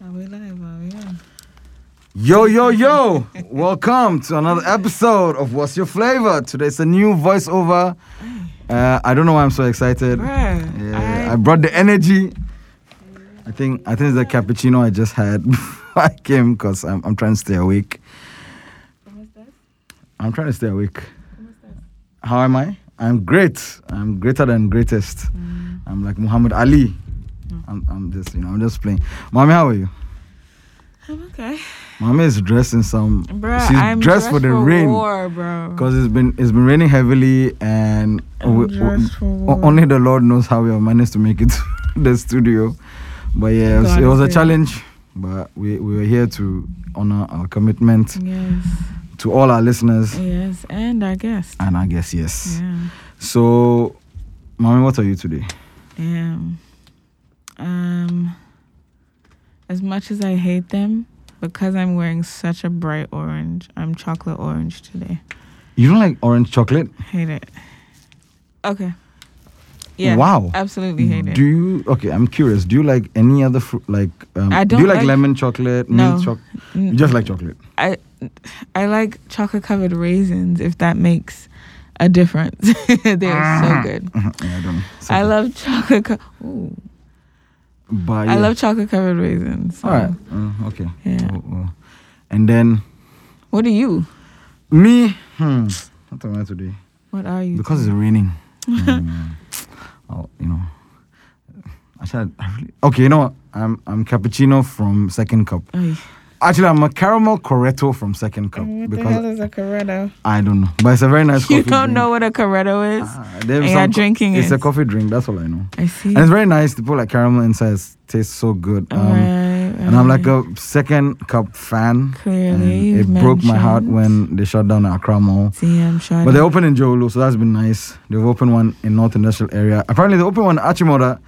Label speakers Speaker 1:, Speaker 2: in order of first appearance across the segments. Speaker 1: Are we live? Are we on?
Speaker 2: Yo, yo, yo! Welcome to another episode of What's Your Flavor? Today's a new voiceover. Uh, I don't know why I'm so excited.
Speaker 1: Bruh,
Speaker 2: Yeah,
Speaker 1: I-
Speaker 2: I brought the energy. I think I think it's the cappuccino I just had before I came because I'm, I'm trying to stay awake. I'm trying to stay awake. How am I? I'm great. I'm greater than greatest.
Speaker 1: Mm.
Speaker 2: I'm like Muhammad Ali. I'm, I'm just, you know, I'm just playing. Mommy, how are you?
Speaker 1: I'm okay.
Speaker 2: Mommy is dressed in some.
Speaker 1: Bruh,
Speaker 2: she's
Speaker 1: I'm
Speaker 2: dressed, for the rain.
Speaker 1: war, bro.
Speaker 2: Because it's been it's been raining heavily and
Speaker 1: I'm
Speaker 2: we- we-
Speaker 1: dressed for
Speaker 2: o-
Speaker 1: war.
Speaker 2: only the Lord knows how we have managed to make it to the studio. But yeah, it was,
Speaker 1: God
Speaker 2: it was a
Speaker 1: is real.
Speaker 2: challenge. But we, we were here to honor our commitment
Speaker 1: Yes,
Speaker 2: to all our listeners.
Speaker 1: yes, and our guest.
Speaker 2: And I guess yes.
Speaker 1: Yeah,
Speaker 2: So, mommy, what are you today?
Speaker 1: damn. Um, as much as I hate them, because I'm wearing such a bright orange, I'm chocolate orange today.
Speaker 2: You don't like orange chocolate?
Speaker 1: Hate it. Okay. Yeah.
Speaker 2: Wow.
Speaker 1: Absolutely hate it.
Speaker 2: Do you okay? I'm curious. Do you like any other fruit? Like um,
Speaker 1: I
Speaker 2: do you
Speaker 1: don't
Speaker 2: like,
Speaker 1: like-
Speaker 2: lemon chocolate,
Speaker 1: No.
Speaker 2: mint chocolate?
Speaker 1: N-
Speaker 2: You just like chocolate.
Speaker 1: I I like chocolate covered raisins if that makes a difference. they are so good.
Speaker 2: yeah, I don't. Mm-hmm. so
Speaker 1: I
Speaker 2: good.
Speaker 1: love chocolate. Co- Ooh.
Speaker 2: But
Speaker 1: I
Speaker 2: yeah.
Speaker 1: love chocolate covered raisins. so-
Speaker 2: All right. Mm, okay.
Speaker 1: Yeah.
Speaker 2: Oh, oh. And then
Speaker 1: What are you?
Speaker 2: me. Hmm. What am I today?
Speaker 1: What are you?
Speaker 2: Because it's raining. Mm, I'll, you know. Actually, I really, okay. You know what? I'm I'm cappuccino from second cup.
Speaker 1: Ay.
Speaker 2: Actually, I'm a caramel corretto from second cup
Speaker 1: Oh, Mm, What the hell
Speaker 2: because
Speaker 1: is a Coretto?
Speaker 2: I don't know, but it's a very nice.
Speaker 1: You
Speaker 2: coffee
Speaker 1: don't
Speaker 2: drink.
Speaker 1: know what a Coretto is?
Speaker 2: Ah, they have
Speaker 1: and
Speaker 2: some
Speaker 1: you're
Speaker 2: co-
Speaker 1: drinking
Speaker 2: It's
Speaker 1: it.
Speaker 2: a coffee drink. That's all I know.
Speaker 1: I see.
Speaker 2: And it's very nice. They put like caramel inside. It tastes so good. Um,
Speaker 1: Right,
Speaker 2: And I'm like
Speaker 1: right.
Speaker 2: a second cup fan. And
Speaker 1: Clearly,
Speaker 2: it
Speaker 1: you've
Speaker 2: broke my heart
Speaker 1: mentioned.
Speaker 2: when they shut down the Accra Mall.
Speaker 1: See, I'm sure.
Speaker 2: But they opened in Jolo, so that's been nice. They've opened one in North Industrial Area. Apparently, they opened one in Achimota,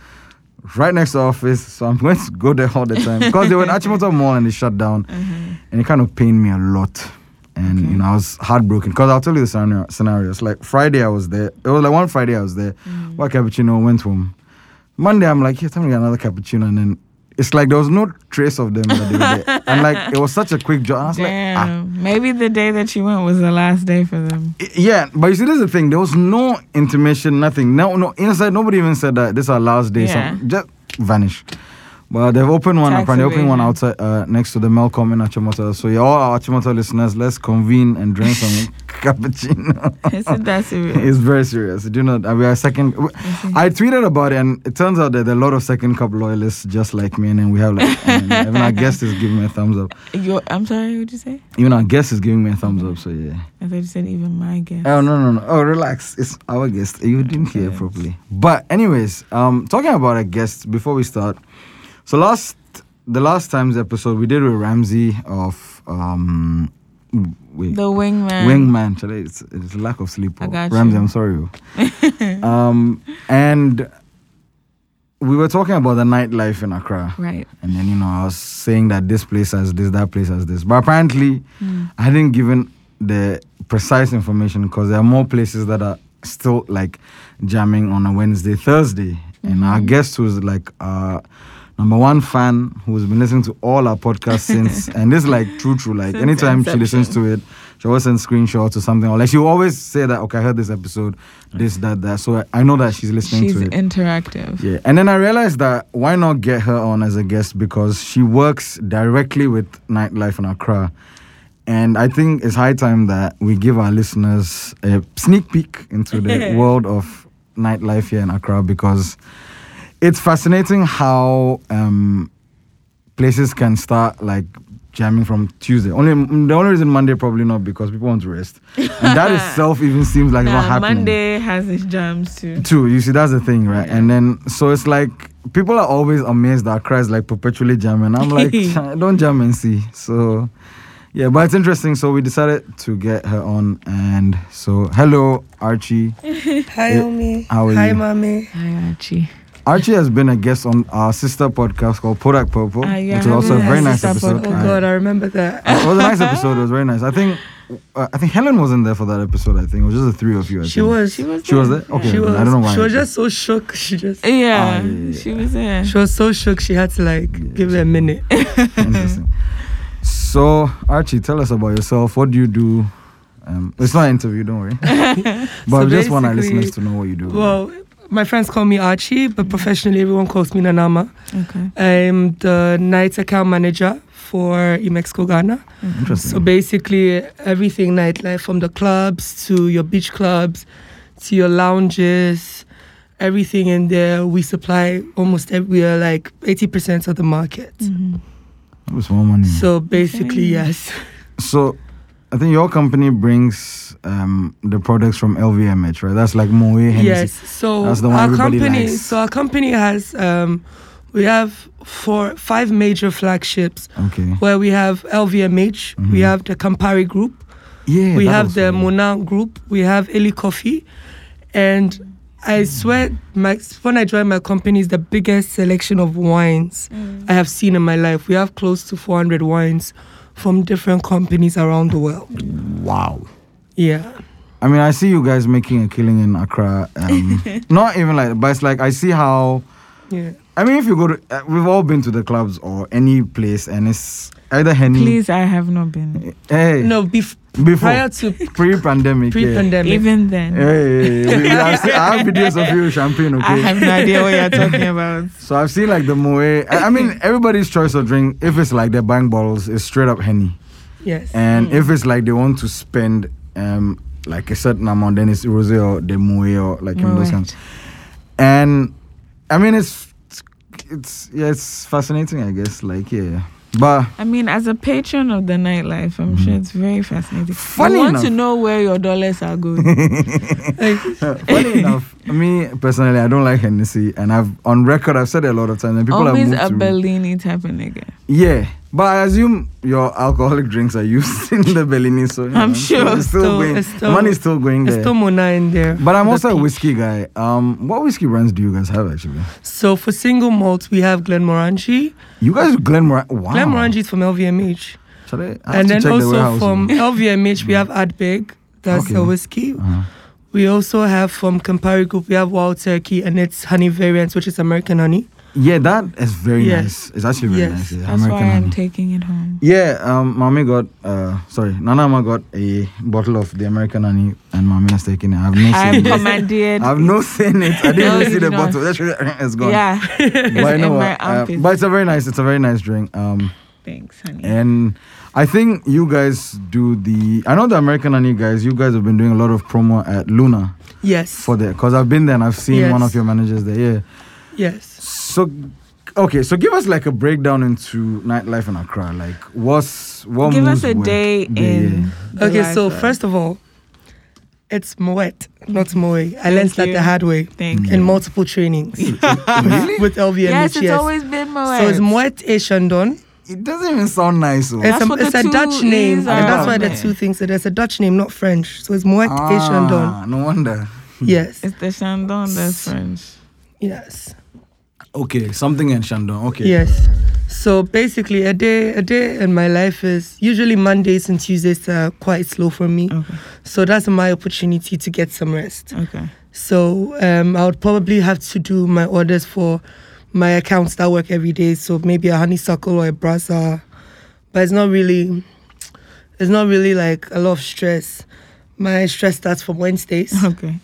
Speaker 2: right next to our office. So I'm going to go there all the time because they were in Achimota Mall and they shut down, and it kind of pained me a lot. And
Speaker 1: Mm-hmm. Okay.
Speaker 2: you know, I was heartbroken because I'll tell you the scenario. Scenarios like Friday, I was there. It was like one Friday I was there.
Speaker 1: Mhm.
Speaker 2: What cappuccino went home. Monday, I'm like, yeah, time to get another cappuccino, and then. It's like there was no trace of them that they were there. and like it was such a quick job. I was like, ah,
Speaker 1: Damn. Maybe the day that you went was the last day for them.
Speaker 2: I- Yeah, but you see, this is the thing. There was no intimation, nothing. No, no inside. Nobody even said that this is our last day.
Speaker 1: Yeah.
Speaker 2: So just vanish. But they've opened one.
Speaker 1: Tax
Speaker 2: apparently, opening one
Speaker 1: evasion.
Speaker 2: outside uh, next to the Melcom in Achimota. So yeah, all our Achimota listeners, let's convene and drink some cappuccino.
Speaker 1: Isn't that serious?
Speaker 2: it's very serious. Do not. uh, We are second. w- I tweeted about it, and it turns out that there are a lot of second cup loyalists just like me. And then we have like, and even our guest is giving me a thumbs up.
Speaker 1: Your, I'm sorry, what'd you say?
Speaker 2: Even our guest is giving me a thumbs up. So yeah.
Speaker 1: I thought you said even my guess.
Speaker 2: Oh no no no! Oh relax, it's our guest. You didn't hear
Speaker 1: Okay.
Speaker 2: properly. But anyways, um, talking about a guest before we start. So last the last time's episode we did with Ramsey of um, wait,
Speaker 1: The wingman.
Speaker 2: wingman. Today it's, it's lack of sleep.
Speaker 1: I
Speaker 2: oh.
Speaker 1: got
Speaker 2: Ramsey,
Speaker 1: you.
Speaker 2: I'm sorry. oh. um, and we were talking about the nightlife in Accra,
Speaker 1: Right.
Speaker 2: and then you know I was saying that this place has this, that place has this, but apparently.
Speaker 1: Hmm.
Speaker 2: I didn't given the precise information because there are more places that are still like jamming on a Wednesday, Thursday. And
Speaker 1: Mm-hmm.
Speaker 2: our guest who's like our number one fan who's been listening to all our podcasts since and this is like true true like
Speaker 1: Since
Speaker 2: anytime she
Speaker 1: inception.
Speaker 2: listens to it she always sends screenshots or something or like she will always say that okay I heard this episode this that that so I- I know that she's listening
Speaker 1: She's
Speaker 2: to it
Speaker 1: interactive.
Speaker 2: yeah, and then I realized that why not get her on as a guest because she works directly with nightlife in Accra. And I think it's high time that we give our listeners a sneak peek into the world of nightlife here in Accra because it's fascinating how um, places can start like jamming from Tuesday. Only the only reason Monday probably not because people want to rest, and that itself even seems like it's not
Speaker 1: Nah,
Speaker 2: happening.
Speaker 1: Monday has its jams too.
Speaker 2: True, you see, that's the thing, right? And then, so it's like people are always amazed that Christ like perpetually jamming. I'm like, "Ch- don't jam and see. So, yeah, but it's interesting. So we decided to get her on, and so hello, Archie.
Speaker 3: Hi,
Speaker 2: Yeah.
Speaker 3: Omi.
Speaker 2: How are
Speaker 3: Hi,
Speaker 2: you?
Speaker 3: mommy.
Speaker 1: Hi, Archie.
Speaker 2: Archie has been a guest on our sister podcast called Product Purple,
Speaker 1: Ah, yeah,
Speaker 2: which was
Speaker 1: I
Speaker 2: also a
Speaker 1: remember
Speaker 2: very
Speaker 1: that
Speaker 2: nice
Speaker 1: sister
Speaker 2: episode. Uh,
Speaker 3: Oh
Speaker 1: podcast.
Speaker 2: I-
Speaker 3: God, I remember that.
Speaker 2: it was a nice episode. It was very nice. I think uh, I think Helen wasn't there for that episode. I think it was just the three of you. I
Speaker 3: She
Speaker 2: think.
Speaker 3: was.
Speaker 1: She was.
Speaker 2: She was there. Okay,
Speaker 3: She
Speaker 2: then
Speaker 3: was.
Speaker 2: I don't know why.
Speaker 3: She was
Speaker 2: I-
Speaker 3: just so shook. She just.
Speaker 1: Yeah,
Speaker 2: Ah, yeah,
Speaker 1: she was there.
Speaker 3: She was so shook. She had to like give it a minute.
Speaker 2: Interesting. So Archie, tell us about yourself. What do you do? Um, it's not an interview, don't worry. but I just want our
Speaker 3: basically-
Speaker 2: listeners to know what you do.
Speaker 3: Well, my friends call me Archie, but professionally everyone calls me Nanama.
Speaker 1: Okay.
Speaker 3: I'm the night account manager for Imexco Ghana.
Speaker 2: interesting.
Speaker 3: So basically, everything nightlife from the clubs to your beach clubs to your lounges, everything in there. We supply almost every, we are like 80% of the market.
Speaker 2: Mm-hmm.
Speaker 1: Mhm.
Speaker 2: That was one money.
Speaker 3: So basically,
Speaker 1: Okay.
Speaker 3: yes.
Speaker 2: So, I think your company brings um, the products from LVMH, right? That's like Moe Hennessy.
Speaker 3: Yes. So
Speaker 2: That's the one
Speaker 3: our
Speaker 2: everybody
Speaker 3: company
Speaker 2: likes.
Speaker 3: so our company has um we have four five major flagships
Speaker 2: Okay.
Speaker 3: where we have LVMH, we
Speaker 2: Mhm.
Speaker 3: have the Campari group,
Speaker 2: Yeah.
Speaker 3: we
Speaker 2: that
Speaker 3: have
Speaker 2: was
Speaker 3: the
Speaker 2: funny.
Speaker 3: Monan group, we have Eli Coffee, and I swear, my, when I joined my company, is the biggest selection of wines I have seen in my life. We have close to 400 wines from different companies around the world.
Speaker 2: Wow.
Speaker 3: Yeah,
Speaker 2: I mean, I see you guys making a killing in Accra. Um, not even like, but it's like I see how.
Speaker 3: yeah.
Speaker 2: I mean, if you go to, uh, we've all been to the clubs or any place, and it's either Henny.
Speaker 1: Please, I have not been.
Speaker 2: Hey.
Speaker 3: No, bef-
Speaker 2: Before
Speaker 3: prior to
Speaker 2: pre-pandemic. Yeah.
Speaker 3: pre-pandemic,
Speaker 1: Even then,
Speaker 2: Hey, we- we- I've seen- I have videos of you with champagne. Okay.
Speaker 1: I have no idea what you're talking about.
Speaker 2: So I've seen like the Moe. I, I mean, everybody's choice of drink, if it's like their bang bottles, is straight up Henny.
Speaker 3: yes,
Speaker 1: Mm.
Speaker 2: And if it's like they want to spend um like a certain amount, then it's Rosé or the Moe or like in those kinds.
Speaker 1: Moet.
Speaker 2: And I mean, it's it's yeah, it's fascinating, I guess. Like yeah, but
Speaker 1: I mean, as a patron of the nightlife, I'm sure it's very fascinating.
Speaker 2: Mm-hmm. Funny
Speaker 1: you want
Speaker 2: enough-
Speaker 1: to know where your dollars are going.
Speaker 3: Like,
Speaker 2: funny enough, me personally, I don't like Hennessy, and I've on record I've said it a lot of times, and people
Speaker 1: Always a
Speaker 2: have moved to me.
Speaker 1: Bellini type of nigga.
Speaker 2: Yeah, but I assume your alcoholic drinks are used in the Bellini, so you
Speaker 1: I'm
Speaker 2: know,
Speaker 1: sure.
Speaker 2: it's still,
Speaker 3: Still-
Speaker 2: going.
Speaker 3: it's
Speaker 2: the
Speaker 3: still-
Speaker 2: money's still going
Speaker 3: it's
Speaker 2: there.
Speaker 3: still Mona in there.
Speaker 2: but I'm
Speaker 3: The
Speaker 2: also a
Speaker 3: peak.
Speaker 2: whiskey guy. Um, what whiskey brands do you guys have actually?
Speaker 3: So for single malt, we have Glenmorangie.
Speaker 2: You guys Glenmorangie. Wow.
Speaker 3: Glenmorangie is from LVMH.
Speaker 2: Shall I, I have
Speaker 3: and
Speaker 2: to
Speaker 3: then
Speaker 2: check the
Speaker 3: also
Speaker 2: warehouse.
Speaker 3: from LVMH, we have Adbeg. That's the
Speaker 2: Okay.
Speaker 3: whiskey.
Speaker 2: Uh-huh.
Speaker 3: We also have from Campari Group, we have Wild Turkey and its honey variants, which is American honey.
Speaker 2: Yeah, that is very nice.
Speaker 3: Yes.
Speaker 2: It's actually very
Speaker 3: Yes.
Speaker 2: nice. Yeah,
Speaker 1: That's why
Speaker 2: honey.
Speaker 1: I'm taking it home.
Speaker 2: Yeah, um, mommy got uh, sorry, Nanama got a bottle of the American honey, and mommy has taken it. I've no
Speaker 1: I'm
Speaker 2: seen it.
Speaker 1: commandeered.
Speaker 2: I've no seen it. I didn't
Speaker 1: No,
Speaker 2: even
Speaker 1: you
Speaker 2: see the
Speaker 1: did not.
Speaker 2: bottle. It's gone.
Speaker 1: yeah, it's
Speaker 2: but I
Speaker 1: in
Speaker 2: know
Speaker 1: my
Speaker 2: what, uh,
Speaker 1: armpit.
Speaker 2: but it's a very nice. It's a very nice drink. Um,
Speaker 1: Thanks, honey.
Speaker 2: and I think you guys do the. I know the American honey guys. You guys have been doing a lot of promo at Luna
Speaker 3: Yes.
Speaker 2: for the because I've been there and I've seen one
Speaker 3: Yes.
Speaker 2: of your managers there. Yeah.
Speaker 3: yes.
Speaker 2: So, okay, so give us like a breakdown into nightlife in Accra. Like, what's what?
Speaker 1: Give
Speaker 2: moves
Speaker 1: us a
Speaker 2: where-
Speaker 1: day
Speaker 2: Yeah,
Speaker 1: in. the
Speaker 3: Okay, so
Speaker 1: life of-
Speaker 3: first of all, it's Moet, not Moe. I learned that
Speaker 1: you.
Speaker 3: the hard way
Speaker 2: Mm.
Speaker 1: Thank
Speaker 3: in
Speaker 1: you.
Speaker 3: multiple trainings with LVMH.
Speaker 1: Yes, it's always been Moet.
Speaker 3: so it's Moet et Chandon.
Speaker 2: It doesn't even sound nice. though.
Speaker 3: It's,
Speaker 1: That's what
Speaker 3: a, it's
Speaker 1: the
Speaker 3: a
Speaker 1: two uh,
Speaker 3: Dutch name,
Speaker 1: E's
Speaker 3: and
Speaker 2: are,
Speaker 3: that's why the
Speaker 1: man.
Speaker 3: two things. So there's a Dutch name, not French. So it's Moet et Chandon.
Speaker 2: Ah, no wonder.
Speaker 3: Yes,
Speaker 1: It's the Chandon that's French.
Speaker 3: yes,
Speaker 2: Okay, something in Shandong. Okay.
Speaker 3: yes. So basically, a day a day in my life is usually Mondays and Tuesdays are quite slow for me.
Speaker 1: Okay.
Speaker 3: So that's my opportunity to get some rest.
Speaker 1: Okay.
Speaker 3: So um, I would probably have to do my orders for my accounts that work every day. So maybe a honeysuckle or a brasa, but it's not really, it's not really like a lot of stress. My stress starts from Wednesdays.
Speaker 1: Okay.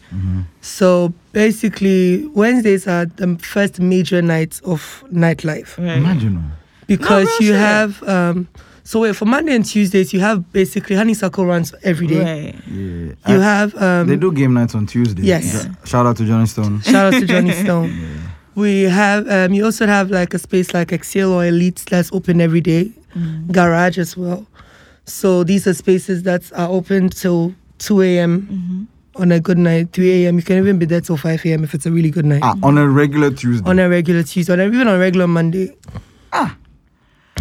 Speaker 3: So basically, Wednesdays are the first major nights of nightlife
Speaker 1: Right.
Speaker 2: Imagine. oh.
Speaker 3: because
Speaker 1: real
Speaker 3: you
Speaker 1: shit.
Speaker 3: have. Um, so wait, for Monday and Tuesdays, you have basically honeysuckle runs every day.
Speaker 1: Right.
Speaker 2: Yeah.
Speaker 3: You
Speaker 2: I-
Speaker 3: have um,
Speaker 2: they do game nights on Tuesday.
Speaker 3: Yes.
Speaker 2: Jo- Shout out to Johnny Stone.
Speaker 3: Shout out to Johnny Stone. We have um, you also have like a space like Excel or Elite that's open every day,
Speaker 1: Mm.
Speaker 3: garage as well. So these are spaces that are open till two a.m.
Speaker 1: Mm-hmm.
Speaker 3: on a good night, three a.m. You can even be there till five a.m. if it's a really good night.
Speaker 2: Ah, on a regular Tuesday.
Speaker 3: On a regular Tuesday, on a, even on a regular Monday. Ah.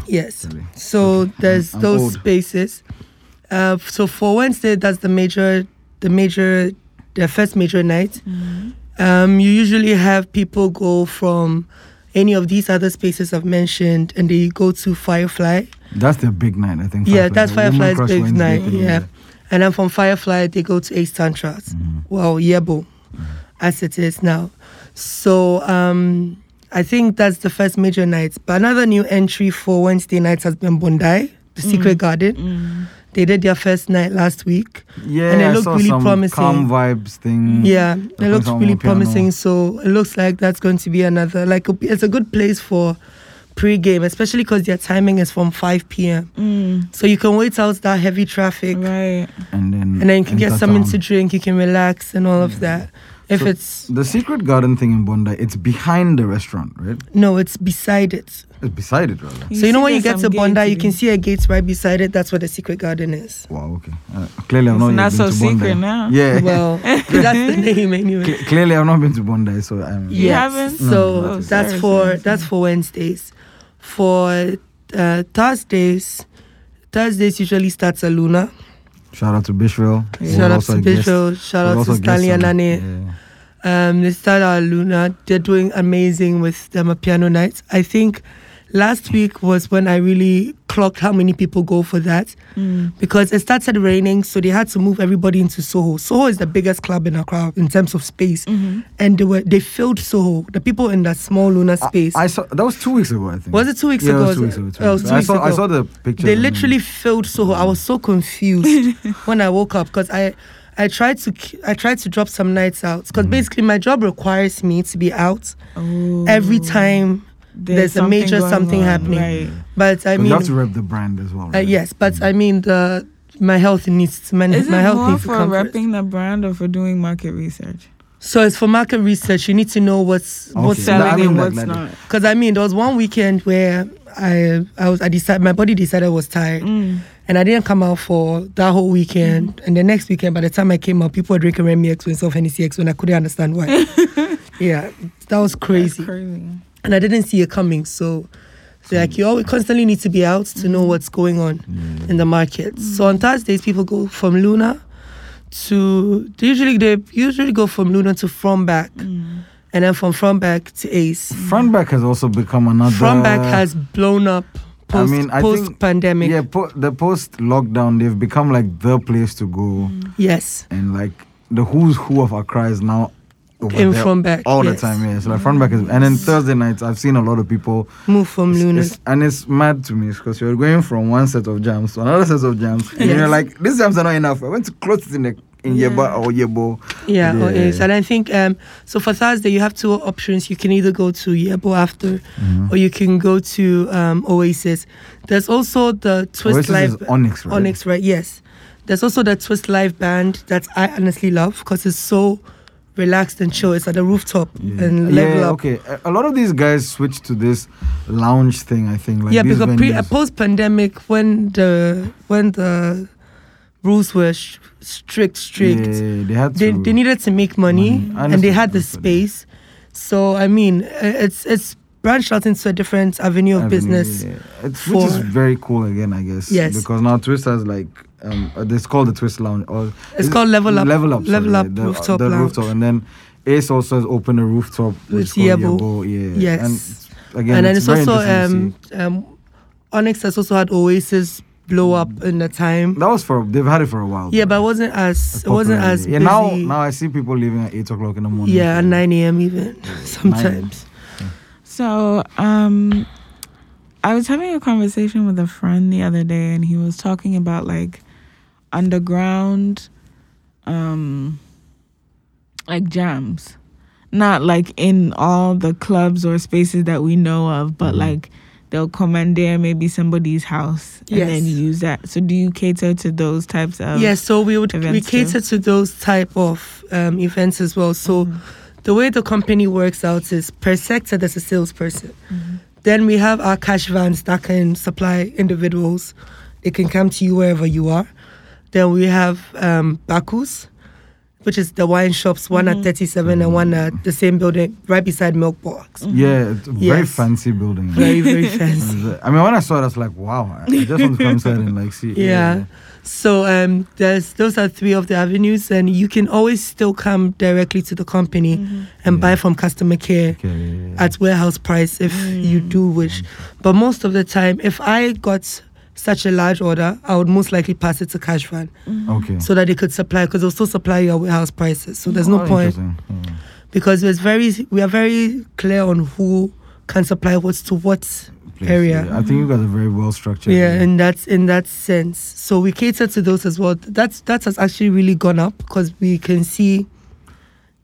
Speaker 3: Yes.
Speaker 2: Really?
Speaker 3: So there's
Speaker 2: I'm
Speaker 3: those
Speaker 2: old.
Speaker 3: spaces. Uh, so for Wednesday, that's the major, the major, the first major night. Um, you usually have people go from any of these other spaces I've mentioned, and they go to Firefly,
Speaker 2: That's the big night, I think.
Speaker 3: Yeah, that's
Speaker 2: The Woman
Speaker 3: Firefly's
Speaker 2: Crush
Speaker 3: big
Speaker 2: Wednesday
Speaker 3: night.
Speaker 2: thing,
Speaker 3: Yeah. And then from Firefly, they go to Ace Tantras.
Speaker 2: Mm-hmm.
Speaker 3: Well, Yebo, as it is now. So um, I think that's the first major night. But another new entry for Wednesday nights has been Bondi, The Secret Garden.
Speaker 1: Mm,
Speaker 3: They did their first night last week.
Speaker 2: Yeah,
Speaker 3: And it
Speaker 2: I
Speaker 3: looked
Speaker 2: saw
Speaker 3: really
Speaker 2: some
Speaker 3: promising.
Speaker 2: Calm vibes thing.
Speaker 3: Yeah,
Speaker 2: They put
Speaker 3: it looks
Speaker 2: Mm. on
Speaker 3: really
Speaker 2: more piano.
Speaker 3: promising. So it looks like that's going to be another like it'll be- it's a good place for pre-game, especially because their timing is from 5 p.m.
Speaker 1: Mm,
Speaker 3: So you can wait out that heavy traffic,
Speaker 1: right.
Speaker 2: And then
Speaker 3: and then you can get
Speaker 2: enter
Speaker 3: something
Speaker 2: town.
Speaker 3: to drink. You can relax and all of that. If
Speaker 2: So-
Speaker 3: it's
Speaker 2: The secret garden thing in Bondi, it's behind the restaurant, right?
Speaker 3: no, it's beside it.
Speaker 2: It's beside it, rather.
Speaker 3: so you know
Speaker 1: see
Speaker 3: when you
Speaker 1: there's
Speaker 3: get to
Speaker 1: some gay
Speaker 3: Bondi, you
Speaker 1: today.
Speaker 3: can see a gate right beside it. That's where the secret garden is.
Speaker 2: Wow, okay. Uh, clearly, I've
Speaker 1: It's
Speaker 2: not yet
Speaker 1: not
Speaker 2: been
Speaker 1: so
Speaker 2: to
Speaker 1: secret
Speaker 2: Bondi.
Speaker 1: now.
Speaker 2: Yeah.
Speaker 3: Well, that's the name anyway.
Speaker 2: Cle- clearly, I've not been to Bondi, so um, I'm.
Speaker 1: You
Speaker 3: Yes.
Speaker 1: haven't? Oh,
Speaker 2: No,
Speaker 3: So
Speaker 2: no,
Speaker 1: it's
Speaker 3: that's
Speaker 1: okay.
Speaker 3: for
Speaker 1: Thursday,
Speaker 3: that's for Wednesdays. For uh, Thursdays, Thursdays usually starts at Luna.
Speaker 2: Shout out to Bishville.
Speaker 1: Yeah.
Speaker 3: Shout out to Bishop. Shout out to Stanley and Anane.
Speaker 2: Yeah.
Speaker 3: Um, they start at Luna. They're doing amazing with them at piano nights. I think last week was when I really clocked how many people go for that
Speaker 1: Mm.
Speaker 3: because it started raining, so they had to move everybody into Soho. Soho is the biggest club in Accra in terms of space, and they were they filled Soho. The people in that small Luna space.
Speaker 2: I, I saw that was two weeks ago. I think.
Speaker 3: Was it two weeks
Speaker 2: yeah,
Speaker 3: ago?
Speaker 2: It was two weeks ago. Two
Speaker 3: Oh, it was
Speaker 2: weeks
Speaker 3: two
Speaker 2: ago. I
Speaker 3: weeks
Speaker 2: saw. I
Speaker 3: ago.
Speaker 2: saw the picture.
Speaker 3: they literally filled Soho. I was so confused when I woke up because I, I tried to k- I tried to drop some nights out because
Speaker 2: Mm-hmm.
Speaker 3: basically my job requires me to be out
Speaker 1: Oh,
Speaker 3: every time. there's a
Speaker 1: something
Speaker 3: major
Speaker 1: going
Speaker 3: something
Speaker 1: on,
Speaker 3: happening.
Speaker 1: Right.
Speaker 3: But I mean,
Speaker 2: you have to rep the brand as well.
Speaker 3: uh,
Speaker 2: right?
Speaker 3: yes, but I mean the my health needs my,
Speaker 1: Is it
Speaker 3: my health
Speaker 1: more
Speaker 3: needs to
Speaker 1: for
Speaker 3: come first.
Speaker 1: repping the brand or for doing market research?
Speaker 3: So it's for market research. You need to know what's
Speaker 2: Okay.
Speaker 3: what's
Speaker 2: Yeah,
Speaker 1: Selling
Speaker 2: I mean
Speaker 1: and
Speaker 2: that,
Speaker 1: what's
Speaker 2: like-
Speaker 1: not.
Speaker 3: because I mean there was one weekend where I I was I decided my body decided I was tired.
Speaker 1: Mm.
Speaker 3: And I didn't come out for that whole weekend. And the next weekend, by the time I came out, people were drinking Remy X and Hennessy X, and I couldn't understand why. yeah, that was
Speaker 1: That's
Speaker 3: crazy.
Speaker 1: crazy.
Speaker 3: And I didn't see it coming. So, so like, you always constantly need to be out to know what's going on in the market. So on Thursdays, people go from Luna to they usually they usually go from Luna to Fromback, and then from Fromback to Ace.
Speaker 2: Front back has also become another.
Speaker 3: Fromback has blown up
Speaker 2: I
Speaker 3: post
Speaker 2: mean, I think-
Speaker 3: post pandemic.
Speaker 2: Yeah, po- the post lockdown, they've become like the place to go,
Speaker 3: Mm. Yes.
Speaker 2: and like the who's who of Accra is now over
Speaker 3: In
Speaker 2: there
Speaker 3: front back,
Speaker 2: all
Speaker 3: yes.
Speaker 2: the time. Yeah, so like front back is, and then Thursday nights, I've seen a lot of people,
Speaker 3: Move from
Speaker 2: it's-
Speaker 3: Luna.
Speaker 2: it's- and it's mad to me because you're going from one set of jams to another set of jams, and you're
Speaker 3: Yes.
Speaker 2: like, these jams are not enough. I went to close it in the in
Speaker 1: Yeah.
Speaker 2: Yeba or Yebo.
Speaker 3: Yeah, or
Speaker 2: Yeah.
Speaker 3: Ace. And I think um, so for Thursday you have two options. You can either go to Yebo after
Speaker 2: Mm-hmm.
Speaker 3: or you can go to um, Oasis. There's also the
Speaker 2: Oasis
Speaker 3: Twist Live
Speaker 2: is Onyx, right?
Speaker 3: Onyx, right? Yes. There's also the Twist Live band that I honestly love because it's so relaxed and chill. It's at the rooftop and level
Speaker 2: Mm. yeah,
Speaker 3: up.
Speaker 2: okay. A- A lot of these guys switch to this lounge thing. I think. Like
Speaker 3: yeah,
Speaker 2: these
Speaker 3: because pre,
Speaker 2: venues.
Speaker 3: post pandemic when the when the rules were sh- strict, strict.
Speaker 2: Yeah, they had to.
Speaker 3: they, they needed to make money,
Speaker 2: Money. I
Speaker 3: and they
Speaker 2: understand.
Speaker 3: had the
Speaker 2: I understand.
Speaker 3: space. So I mean, uh, it's it's branched out into a different avenue of
Speaker 2: avenue,
Speaker 3: business.
Speaker 2: yeah. It's, which is
Speaker 3: for-
Speaker 2: very cool again, I guess.
Speaker 3: Yes.
Speaker 2: Because now Twist has like um, uh, it's called the Twist Lounge or
Speaker 3: It's
Speaker 2: is-
Speaker 3: called Level Up-
Speaker 2: Level Up,
Speaker 3: Level
Speaker 2: sorry,
Speaker 3: Up
Speaker 2: the,
Speaker 3: Rooftop
Speaker 2: the
Speaker 3: Lounge.
Speaker 2: rooftop, and then Ace also has opened a rooftop which
Speaker 3: With
Speaker 2: is called
Speaker 3: Yebo.
Speaker 2: Yebo, yeah.
Speaker 3: Yes.
Speaker 2: And it's- again,
Speaker 3: and then
Speaker 2: it's,
Speaker 3: it's,
Speaker 2: very
Speaker 3: also
Speaker 2: interesting to
Speaker 3: um,
Speaker 2: see.
Speaker 3: um, Onyx has also had Oasis blow up in the time.
Speaker 2: That was for they've had it for a while.
Speaker 3: Yeah, but it wasn't as it wasn't
Speaker 2: popularly.
Speaker 3: as
Speaker 2: yeah.
Speaker 3: busy.
Speaker 2: Now now I see people leaving at eight o'clock in the morning.
Speaker 3: yeah,
Speaker 2: for-
Speaker 3: at nine a.m. even sometimes.
Speaker 1: So, um, I was having a conversation with a friend the other day, and he was talking about like underground, um, like jams, not like in all the clubs or spaces that we know of, but
Speaker 3: Mm-hmm.
Speaker 1: like they'll commandeer maybe somebody's house and then
Speaker 3: Yes.
Speaker 1: use that. So, do you cater to those types of?
Speaker 3: yeah, so we would we
Speaker 1: Um, events too.
Speaker 3: cater to those type of um, events as well. So
Speaker 1: Mm-hmm.
Speaker 3: the way the company works out is per sector there's a salesperson.
Speaker 1: Mm-hmm.
Speaker 3: Then we have our cash vans that can supply individuals. They can come to you wherever you are. Then we have um, bakus, which is the wine shops, one
Speaker 1: Mm-hmm.
Speaker 3: at 37 and one at the same building right beside Milk Box.
Speaker 2: Yeah, it's a very
Speaker 3: Yes.
Speaker 2: fancy building.
Speaker 3: Very, very fancy.
Speaker 2: I mean, when I saw it, I was like, "Wow!" I I just want to come inside and like see.
Speaker 3: Yeah. So um, there's those are three of the avenues, and you can always still come directly to the company and buy from customer care
Speaker 2: Okay. yeah, yeah.
Speaker 3: at warehouse price if you do wish. But most of the time, if I got such a large order, I would most likely pass it to cash van
Speaker 2: Okay.
Speaker 3: so that they could supply because they'll still supply your warehouse prices. So there's no
Speaker 2: Oh,
Speaker 3: point
Speaker 2: interesting. Yeah.
Speaker 3: because it's very we are very clear on who can supply what's to what
Speaker 2: Place,
Speaker 3: area.
Speaker 2: yeah. I think you guys are very well structured.
Speaker 3: Yeah, in that in that sense. So we cater to those as well. That's that has actually really gone up because we can see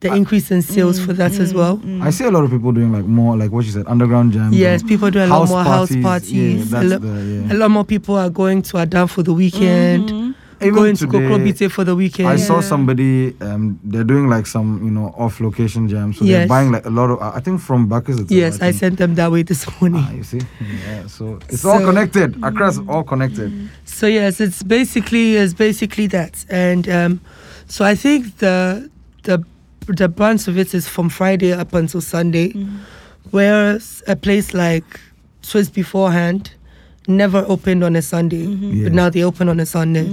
Speaker 3: the
Speaker 2: Ah.
Speaker 3: increase in sales for that as well.
Speaker 2: I see a lot of people doing like more like what you said, underground jams.
Speaker 3: Yes,
Speaker 2: and
Speaker 3: people do a lot more house
Speaker 2: Yeah,
Speaker 3: parties.
Speaker 2: that's
Speaker 3: a, lo-
Speaker 2: the, yeah.
Speaker 3: a lot more people are going to Adam for the weekend,
Speaker 2: Even
Speaker 3: going to
Speaker 2: today,
Speaker 3: Kokrobite for the weekend.
Speaker 2: I saw
Speaker 1: Yeah.
Speaker 2: somebody. Um, they're doing like some, you know, off-location jams. So they're
Speaker 3: Yes.
Speaker 2: buying like a lot of. I think from Bacchus. itself,
Speaker 3: yes, I
Speaker 2: think.
Speaker 3: sent them that way this morning.
Speaker 2: Ah, you see, yeah. So it's all
Speaker 3: So-
Speaker 2: connected. Accra's all connected.
Speaker 3: So yes, it's basically it's basically that, and um, so I think the the the brunt of it is from Friday up until Sunday, whereas a place like Swiss beforehand never opened on a Sunday,
Speaker 2: Yeah.
Speaker 3: but now they open on a Sunday.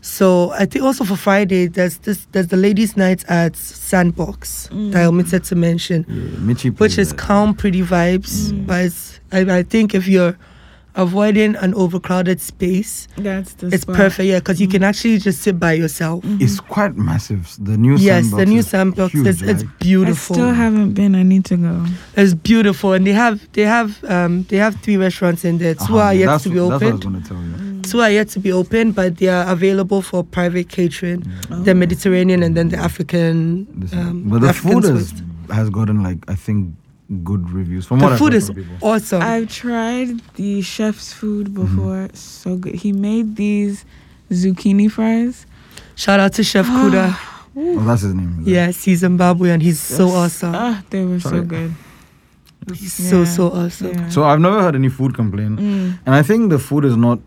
Speaker 3: So I think also for Friday, there's this there's the ladies' night at Sandbox that I omitted to mention
Speaker 2: Yeah, Michi
Speaker 3: Mm. which
Speaker 2: plays
Speaker 3: is
Speaker 2: it.
Speaker 3: calm, pretty vibes. But it's, I, I think if you're avoiding an overcrowded space,
Speaker 1: That's the
Speaker 3: it's
Speaker 1: spot.
Speaker 3: perfect, yeah, because you
Speaker 1: Mm.
Speaker 3: can actually just sit by yourself.
Speaker 2: It's quite massive. The new
Speaker 3: Yes,
Speaker 2: sandbox
Speaker 3: the new
Speaker 2: is
Speaker 3: sandbox
Speaker 2: huge,
Speaker 3: is it's
Speaker 2: like-
Speaker 1: I
Speaker 3: beautiful.
Speaker 1: still haven't been. I need to go.
Speaker 3: it's beautiful, and they have they have um they have three restaurants in there. 2
Speaker 2: Uh-huh,
Speaker 3: are yet
Speaker 2: that's-
Speaker 3: to be Mm.
Speaker 2: That's what I was
Speaker 3: opened.
Speaker 2: going to tell you.
Speaker 3: Two are yet to be opened, but they are available for private catering. The
Speaker 1: Oh.
Speaker 3: Mediterranean and then the African.
Speaker 2: This-
Speaker 3: Um,
Speaker 2: but the
Speaker 3: African
Speaker 2: food is,
Speaker 3: Swiss.
Speaker 2: has gotten like I think good reviews from what
Speaker 3: the
Speaker 2: I've
Speaker 3: food
Speaker 2: heard
Speaker 3: is
Speaker 2: from people.
Speaker 3: awesome. Mm-hmm.
Speaker 1: I've tried the chef's food before. So good. He made these zucchini fries.
Speaker 3: Shout out to Chef Kuda.
Speaker 2: Oh, that's his name. is it?
Speaker 3: Yes, he's Zimbabwean. He's so
Speaker 1: Yes.
Speaker 3: awesome.
Speaker 1: Ah, they were
Speaker 2: Sorry.
Speaker 1: so good.
Speaker 3: He's so
Speaker 1: Yeah.
Speaker 3: so awesome.
Speaker 1: Yeah. Mm,
Speaker 2: So I've never heard any food complain,
Speaker 3: Mm.
Speaker 2: and I think the food is not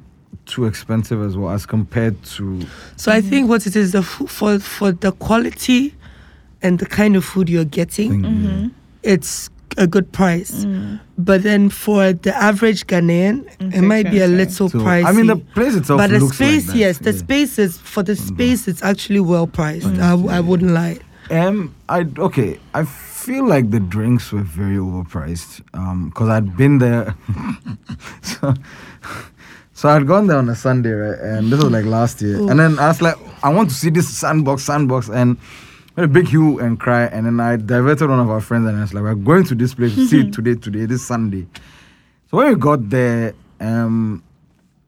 Speaker 2: too expensive as well as compared to
Speaker 3: So I think what it is the fo- for for the quality and the kind of food you're getting,
Speaker 2: thing,
Speaker 1: mm-hmm.
Speaker 2: yeah.
Speaker 3: it's a good price.
Speaker 1: Mm.
Speaker 3: But then for the average Ghanaian, it
Speaker 1: It's
Speaker 3: might be a
Speaker 1: expensive.
Speaker 3: little
Speaker 2: So,
Speaker 3: pricey.
Speaker 2: I mean, the place itself
Speaker 3: but the
Speaker 2: looks like
Speaker 3: space,
Speaker 2: that,
Speaker 3: yes, the
Speaker 2: yeah. Mm.
Speaker 3: space is for the space. It's actually well priced. I, w- I
Speaker 2: Yeah.
Speaker 3: wouldn't lie.
Speaker 2: Um, I okay. I feel like the drinks were very overpriced. Um, because I'd been there, so so I'd gone there on a Sunday, right? And this was like last year. And then I was like, I want to see this sandbox, sandbox, and we had a big hue and cry. And then I diverted one of our friends, and I was like, we're going to this place to see it today, today, this Sunday. So when we got there, um,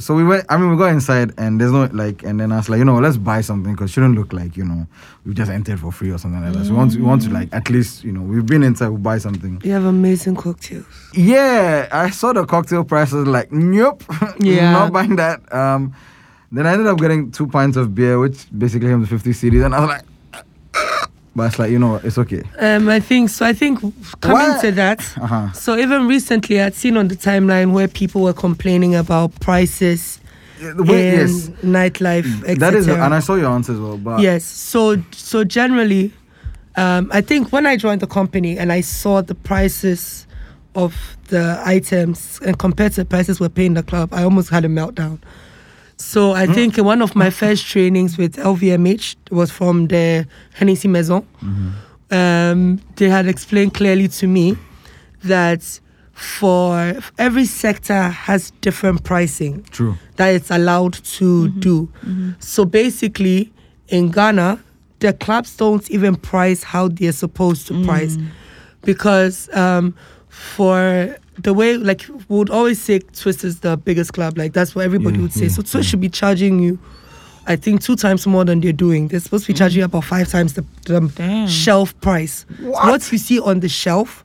Speaker 2: so we went. I mean, we got inside, and there's no like. And then I was like, you know, let's buy something because shouldn't look like you know we just entered for free or something like that. So we want to, we want to like at least you know we've been inside, we will buy something.
Speaker 3: You have amazing cocktails.
Speaker 2: Yeah, I saw the cocktail prices. Like, nope,
Speaker 3: Yeah.
Speaker 2: not buying that. Um, then I ended up getting two pints of beer, which basically came to fifty CDs, and I was like, but it's like you know it's okay.
Speaker 3: Um, I think so. I think coming
Speaker 2: Why-
Speaker 3: to that,
Speaker 2: Uh huh.
Speaker 3: So even recently, I'd seen on the timeline where people were complaining about prices in
Speaker 2: yes,
Speaker 3: nightlife, etc.
Speaker 2: that is, and I saw your answer as well. But
Speaker 3: yes. So so generally, um, I think when I joined the company and I saw the prices of the items and compared to the prices we're paying the club, I almost had a meltdown. So I think in one of my first trainings with LVMH was from the Hennessy Maison. Um, they had explained clearly to me that for every sector has different pricing
Speaker 2: true.
Speaker 3: that it's allowed to do. So basically, in Ghana, the clubs don't even price how they're supposed to price because um, for the way, like, we would always say Twist is the biggest club. Like, that's what everybody
Speaker 2: Yeah,
Speaker 3: would say.
Speaker 2: yeah,
Speaker 3: so Twist should be charging you. I think two times more than they're doing. They're supposed to be charging you about five times the, the
Speaker 1: Damn.
Speaker 3: shelf price. So What? you see on the shelf,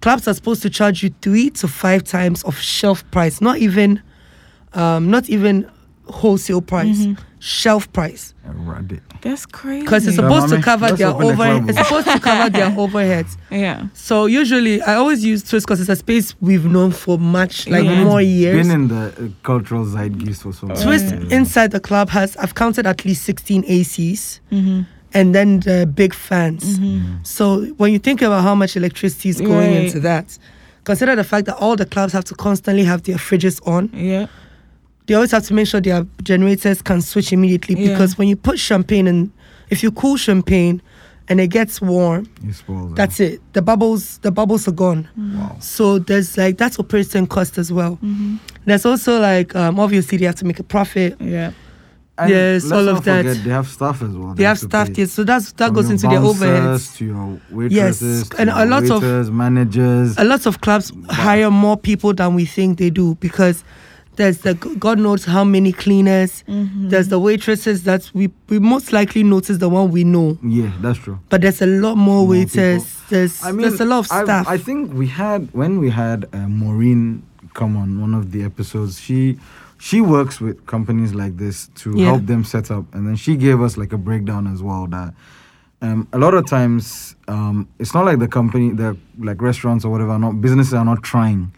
Speaker 3: clubs are supposed to charge you three to five times of shelf price. Not even um, not even wholesale price, shelf price,
Speaker 2: Right.
Speaker 1: That's crazy.
Speaker 3: because it's
Speaker 2: Yeah,
Speaker 3: supposed to
Speaker 2: mommy,
Speaker 3: cover
Speaker 2: let's
Speaker 3: their
Speaker 2: Mm-hmm. open the
Speaker 3: over.
Speaker 2: club.
Speaker 3: It's supposed to cover their overheads.
Speaker 1: yeah.
Speaker 3: So usually, I always use Twist because it's a space we've known for much like
Speaker 1: Yeah.
Speaker 3: more years.
Speaker 2: Been in the uh, cultural zeitgeist for so long.
Speaker 3: Twist
Speaker 2: Yeah.
Speaker 3: inside the club has I've counted at least sixteen ACs. And then the big fans. So when you think about how much electricity is going
Speaker 1: Right.
Speaker 3: into that, consider the fact that all the clubs have to constantly have their fridges on.
Speaker 1: Yeah.
Speaker 3: they always have to make sure their generators can switch immediately
Speaker 1: Yeah.
Speaker 3: because when you put champagne in, if you cool champagne and it gets warm,
Speaker 2: It spoils it.
Speaker 3: that's it. The bubbles, the bubbles are gone.
Speaker 2: wow.
Speaker 3: So there's like that's operating cost as well. There's also like um, obviously they have to make a profit.
Speaker 1: Yeah.
Speaker 2: And
Speaker 3: Yes,
Speaker 2: let's
Speaker 3: all
Speaker 2: not
Speaker 3: of that.
Speaker 2: forget They have staff as well.
Speaker 3: They have
Speaker 2: to
Speaker 3: staff
Speaker 2: pay.
Speaker 3: yes, so that's that
Speaker 2: From
Speaker 3: goes
Speaker 2: your
Speaker 3: into their
Speaker 2: bouncers
Speaker 3: overheads.
Speaker 2: To your waitresses, to
Speaker 3: and
Speaker 2: your
Speaker 3: a lot of-
Speaker 2: waiters, managers.
Speaker 3: a lot of clubs hire more people than we think they do because there's the God knows how many cleaners. There's the waitresses that we, we most likely notice the one we know,
Speaker 2: yeah, that's true.
Speaker 3: but there's a lot more,
Speaker 2: More
Speaker 3: waiters.
Speaker 2: people.
Speaker 3: There's there's a lot of
Speaker 2: I-
Speaker 3: staff.
Speaker 2: I, think we had when we had uh, Maureen come on one of the episodes. She she works with companies like this to
Speaker 3: Yeah.
Speaker 2: help them set up, and then she gave us like a breakdown as well that. Um, a lot of times, um, it's not like the company, the like restaurants or whatever, are not businesses are not trying.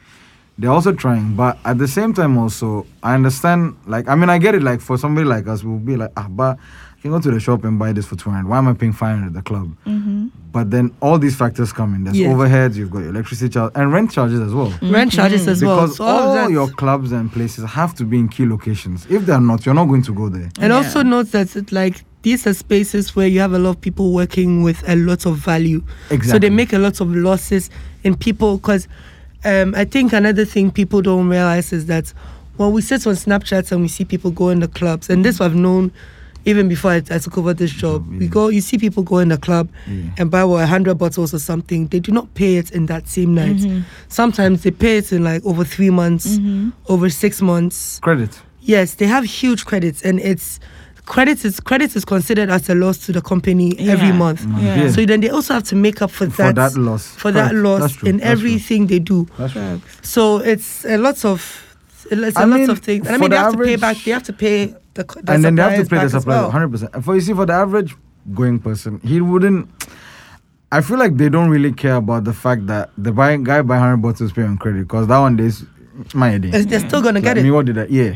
Speaker 2: They're also trying, but at the same time, also I understand. Like, I mean, I get it. Like for somebody like us, we'll be like, ah, but I can go to the shop and buy this for two hundred. Why am I paying five hundred at the club?
Speaker 1: Mm-hmm.
Speaker 2: But then all these factors come in. There's
Speaker 3: Yes.
Speaker 2: overheads, you've got your electricity charge and rent charges as well.
Speaker 3: Rent charges as well.
Speaker 2: Because
Speaker 3: So all of
Speaker 2: all,
Speaker 3: that-
Speaker 2: your clubs and places have to be in key locations. If they're not, you're not going to go there.
Speaker 3: And
Speaker 1: Yeah.
Speaker 3: also note that it, like these are spaces where you have a lot of people working with a lot of value. So
Speaker 2: Exactly.
Speaker 3: they make a lot of losses in people because um, I think another thing people don't realize is that when we sit on Snapchat and we see people go in the clubs, and this I've known even before I, I took over this job,
Speaker 2: Job,
Speaker 3: we
Speaker 2: yeah.
Speaker 3: go, you see people go in the club
Speaker 2: Yeah.
Speaker 3: and buy what, 100 bottles or something. They do not pay it in that same night.
Speaker 2: Mm-hmm.
Speaker 1: Mhm.
Speaker 3: Sometimes they pay it in like over three months,
Speaker 1: Mhm.
Speaker 3: over six months.
Speaker 2: Credit.
Speaker 3: Yes, they have huge credits, and it's credits is credits is considered as a loss to the company every
Speaker 1: Yeah.
Speaker 3: month.
Speaker 2: Mm,
Speaker 1: Yeah.
Speaker 2: yeah.
Speaker 3: So then they also have to make up for
Speaker 2: for
Speaker 3: that
Speaker 2: that loss.
Speaker 3: for that
Speaker 2: Correct. That's
Speaker 3: loss
Speaker 2: true.
Speaker 3: in
Speaker 2: That's true.
Speaker 3: everything they do.
Speaker 2: That's true.
Speaker 1: Facts.
Speaker 3: So it's a lot of it's a
Speaker 2: I
Speaker 3: lot
Speaker 2: mean,
Speaker 3: of things. And I
Speaker 2: for
Speaker 3: mean, they
Speaker 2: the
Speaker 3: have to pay
Speaker 2: average-
Speaker 3: back. They have to pay the, co- the
Speaker 2: and then they have to
Speaker 3: suppliers
Speaker 2: pay the
Speaker 3: back as
Speaker 2: supplier
Speaker 3: well.
Speaker 2: 100%. For you see, for the average going person, he wouldn't. I feel like they don't really care about the fact that the buy, guy buy 100 bottles pay on credit because that one is my idea.
Speaker 3: It's- They're still gonna
Speaker 2: Like,
Speaker 3: get
Speaker 2: Me,
Speaker 3: it.
Speaker 2: what did I? Yeah.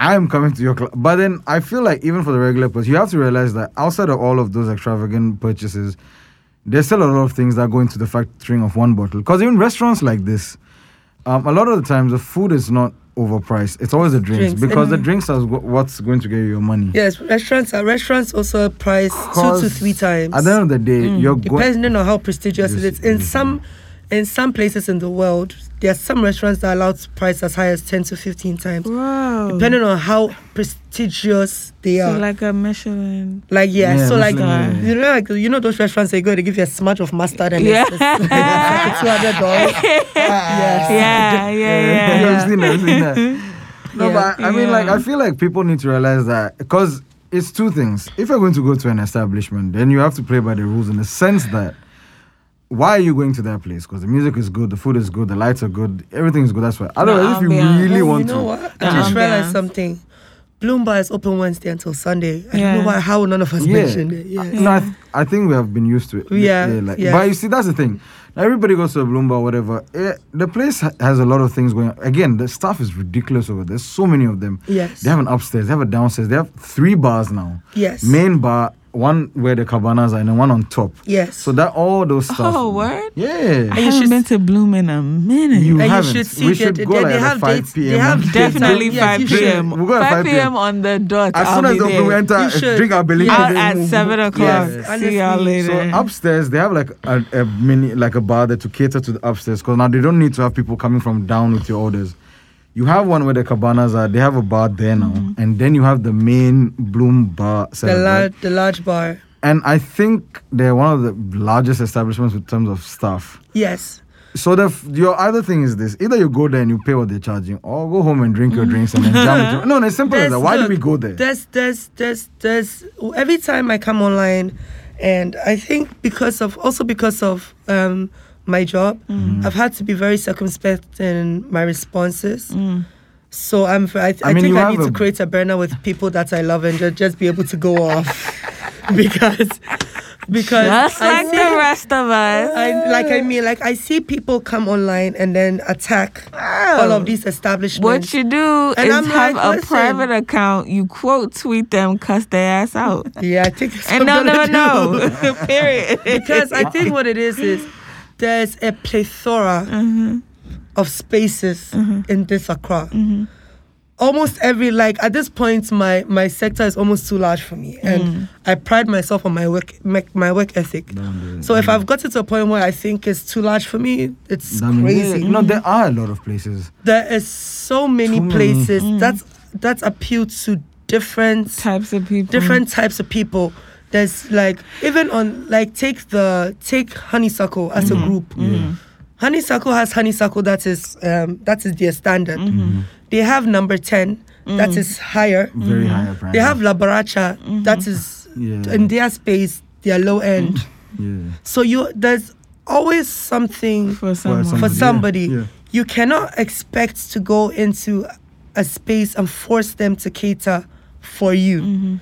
Speaker 2: I'm coming to your club. But then I feel like even for the regular person, you have to realize that outside of all of those extravagant purchases, there's still a lot of things that go into the factoring of one bottle. Because even restaurants like this, um, a lot of the times the food is not overpriced. It's always the drinks,
Speaker 3: Drinks,
Speaker 2: because the
Speaker 3: mhm.
Speaker 2: drinks are wh- what's going to get you your money.
Speaker 3: Yes, restaurants are restaurants also price two to
Speaker 2: 'Cause
Speaker 3: three times. Mm.
Speaker 2: At the end of the day, you're going.
Speaker 3: depending on how prestigious it
Speaker 2: Yes, Mm-hmm.
Speaker 3: is. In
Speaker 2: yes.
Speaker 3: some in some places in the world, there are some restaurants that allow price as high as ten to fifteen times,
Speaker 1: Wow.
Speaker 3: depending on how prestigious they
Speaker 1: so
Speaker 3: are. like,
Speaker 1: like a Michelin.
Speaker 3: yeah,
Speaker 2: Yeah,
Speaker 3: so like
Speaker 2: Michelin, yeah.
Speaker 3: you know, like you know those restaurants they go they give you a smudge of mustard and
Speaker 1: Yeah.
Speaker 3: it's, it's, it's like two hundred dollars. yes.
Speaker 1: Yeah, yeah, yeah.
Speaker 2: I've seen that, I've seen that. No,
Speaker 3: Yeah.
Speaker 2: but I, I mean, like,
Speaker 1: Yeah.
Speaker 2: I feel like people need to realize that because it's two things. If you're going to go to an establishment, then you have to play by the rules in the sense that why are you going to that place? Because the music is good, the food is good, the lights are good, everything is good. That's why. Otherwise, if you
Speaker 1: ambiance.
Speaker 2: really
Speaker 3: Oh,
Speaker 2: want
Speaker 3: you know
Speaker 2: to,
Speaker 3: what?
Speaker 1: The
Speaker 3: I just realized
Speaker 1: ambiance.
Speaker 3: something. Bloom Bar is open Wednesday until Sunday. I
Speaker 1: Yeah.
Speaker 3: don't know why how none of us
Speaker 2: yeah.
Speaker 3: mentioned it. Yes.
Speaker 2: No, I, th- I think we have been used to it.
Speaker 3: Yeah,
Speaker 2: like,
Speaker 3: yes.
Speaker 2: But you see, that's the thing. Now, everybody goes to a Bloomba or whatever. Eh, the place ha- has a lot of things going on. Again, the staff is ridiculous over there. There's so many of them.
Speaker 3: Yes.
Speaker 2: They have an upstairs, they have a downstairs, they have three bars now.
Speaker 3: Yes.
Speaker 2: Main bar, one where the cabanas are, and then one on top.
Speaker 3: Yes.
Speaker 2: So that all those stuff.
Speaker 1: Oh, word.
Speaker 2: Yeah.
Speaker 1: I
Speaker 3: you
Speaker 1: haven't
Speaker 3: should-
Speaker 1: been to Bloom in a minute.
Speaker 2: You
Speaker 3: And you
Speaker 2: haven't.
Speaker 3: should see
Speaker 2: we
Speaker 3: that
Speaker 2: should
Speaker 3: they-
Speaker 2: go
Speaker 3: they-
Speaker 2: like
Speaker 3: they
Speaker 2: at
Speaker 3: have
Speaker 2: 5
Speaker 3: dates-
Speaker 2: p.m.
Speaker 3: they have dates
Speaker 1: Definitely
Speaker 3: Yes, you
Speaker 1: 5
Speaker 3: should.
Speaker 1: p.m.
Speaker 2: We'll go at
Speaker 1: 5
Speaker 2: 5 p.m.
Speaker 1: p.m. on the dot.
Speaker 2: As
Speaker 1: I'll
Speaker 2: soon as
Speaker 1: be
Speaker 2: they open, we
Speaker 1: there.
Speaker 2: enter,
Speaker 3: You
Speaker 2: eh,
Speaker 3: should.
Speaker 2: drink our belly.
Speaker 1: Out
Speaker 2: and
Speaker 1: at
Speaker 2: then move.
Speaker 1: 7 o'clock.
Speaker 3: Yes,
Speaker 1: See y'all
Speaker 3: honestly.
Speaker 1: later.
Speaker 2: So upstairs, they have like a, a mini, like a bar there to cater to the upstairs. Cause now they don't need to have people coming from down with your orders. You have one where the cabanas are. They have a bar there now, and then you have the main Bloom bar.
Speaker 3: Mm-hmm. the
Speaker 2: setup, right?
Speaker 3: large the large bar.
Speaker 2: And I think they're one of the largest establishments in terms of staff.
Speaker 3: Yes.
Speaker 2: So the f- your other thing is this: either you go there and you pay what they're charging, or go home and drink your drinks and then jam with your- No, no, it's simple as
Speaker 3: There's-
Speaker 2: that. Why do
Speaker 3: look,
Speaker 2: we go there?
Speaker 3: There's, there's, there's, there's. Every time I come online, and I think because of also because of um, my job,
Speaker 1: Mm.
Speaker 3: I've had to be very circumspect in my responses.
Speaker 1: Mm.
Speaker 3: So I'm. v- I, I
Speaker 2: mean,
Speaker 3: think
Speaker 2: you
Speaker 3: I
Speaker 2: have
Speaker 3: need to
Speaker 2: a-
Speaker 3: create a burner with people that I love and just, just be able to go off because because
Speaker 1: Just
Speaker 3: I
Speaker 1: like
Speaker 3: see-
Speaker 1: the rest of us.
Speaker 3: I, like I mean, like I see people come online and then attack all of these establishments.
Speaker 1: Oh. What you do
Speaker 3: And
Speaker 1: is
Speaker 3: I'm
Speaker 1: have
Speaker 3: like,
Speaker 1: a
Speaker 3: listen.
Speaker 1: private account. You quote tweet them, cuss their ass out,
Speaker 3: Yeah, I think that's
Speaker 1: and
Speaker 3: what
Speaker 1: they'll
Speaker 3: I'm
Speaker 1: never
Speaker 3: gonna do.
Speaker 1: know. Period.
Speaker 3: because I think what it is is there's a plethora of spaces in this Accra. almost every like at this point my my sector is almost too large for me and i pride myself on my work my, my work ethic
Speaker 2: Don't do
Speaker 3: so if i've got to a point where i think it's too large for me it's
Speaker 2: That means-
Speaker 3: crazy
Speaker 2: No, there are a lot of places.
Speaker 3: there is so many
Speaker 2: Too many. Mm.
Speaker 3: places that's that's appealed to different
Speaker 1: types of people.
Speaker 3: different types of people there's like even on like take the take honeysuckle as a group honeysuckle has honeysuckle that is um that is their standard they have number 10 that is higher
Speaker 2: Very high price.
Speaker 3: Mm-hmm. they have labaracha that is
Speaker 2: Yeah.
Speaker 3: in their space their low end
Speaker 2: yeah.
Speaker 3: so you there's always something
Speaker 1: for someone.
Speaker 3: for
Speaker 2: somebody, yeah,
Speaker 3: somebody.
Speaker 2: yeah.
Speaker 3: You cannot expect to go into a space and force them to cater for you.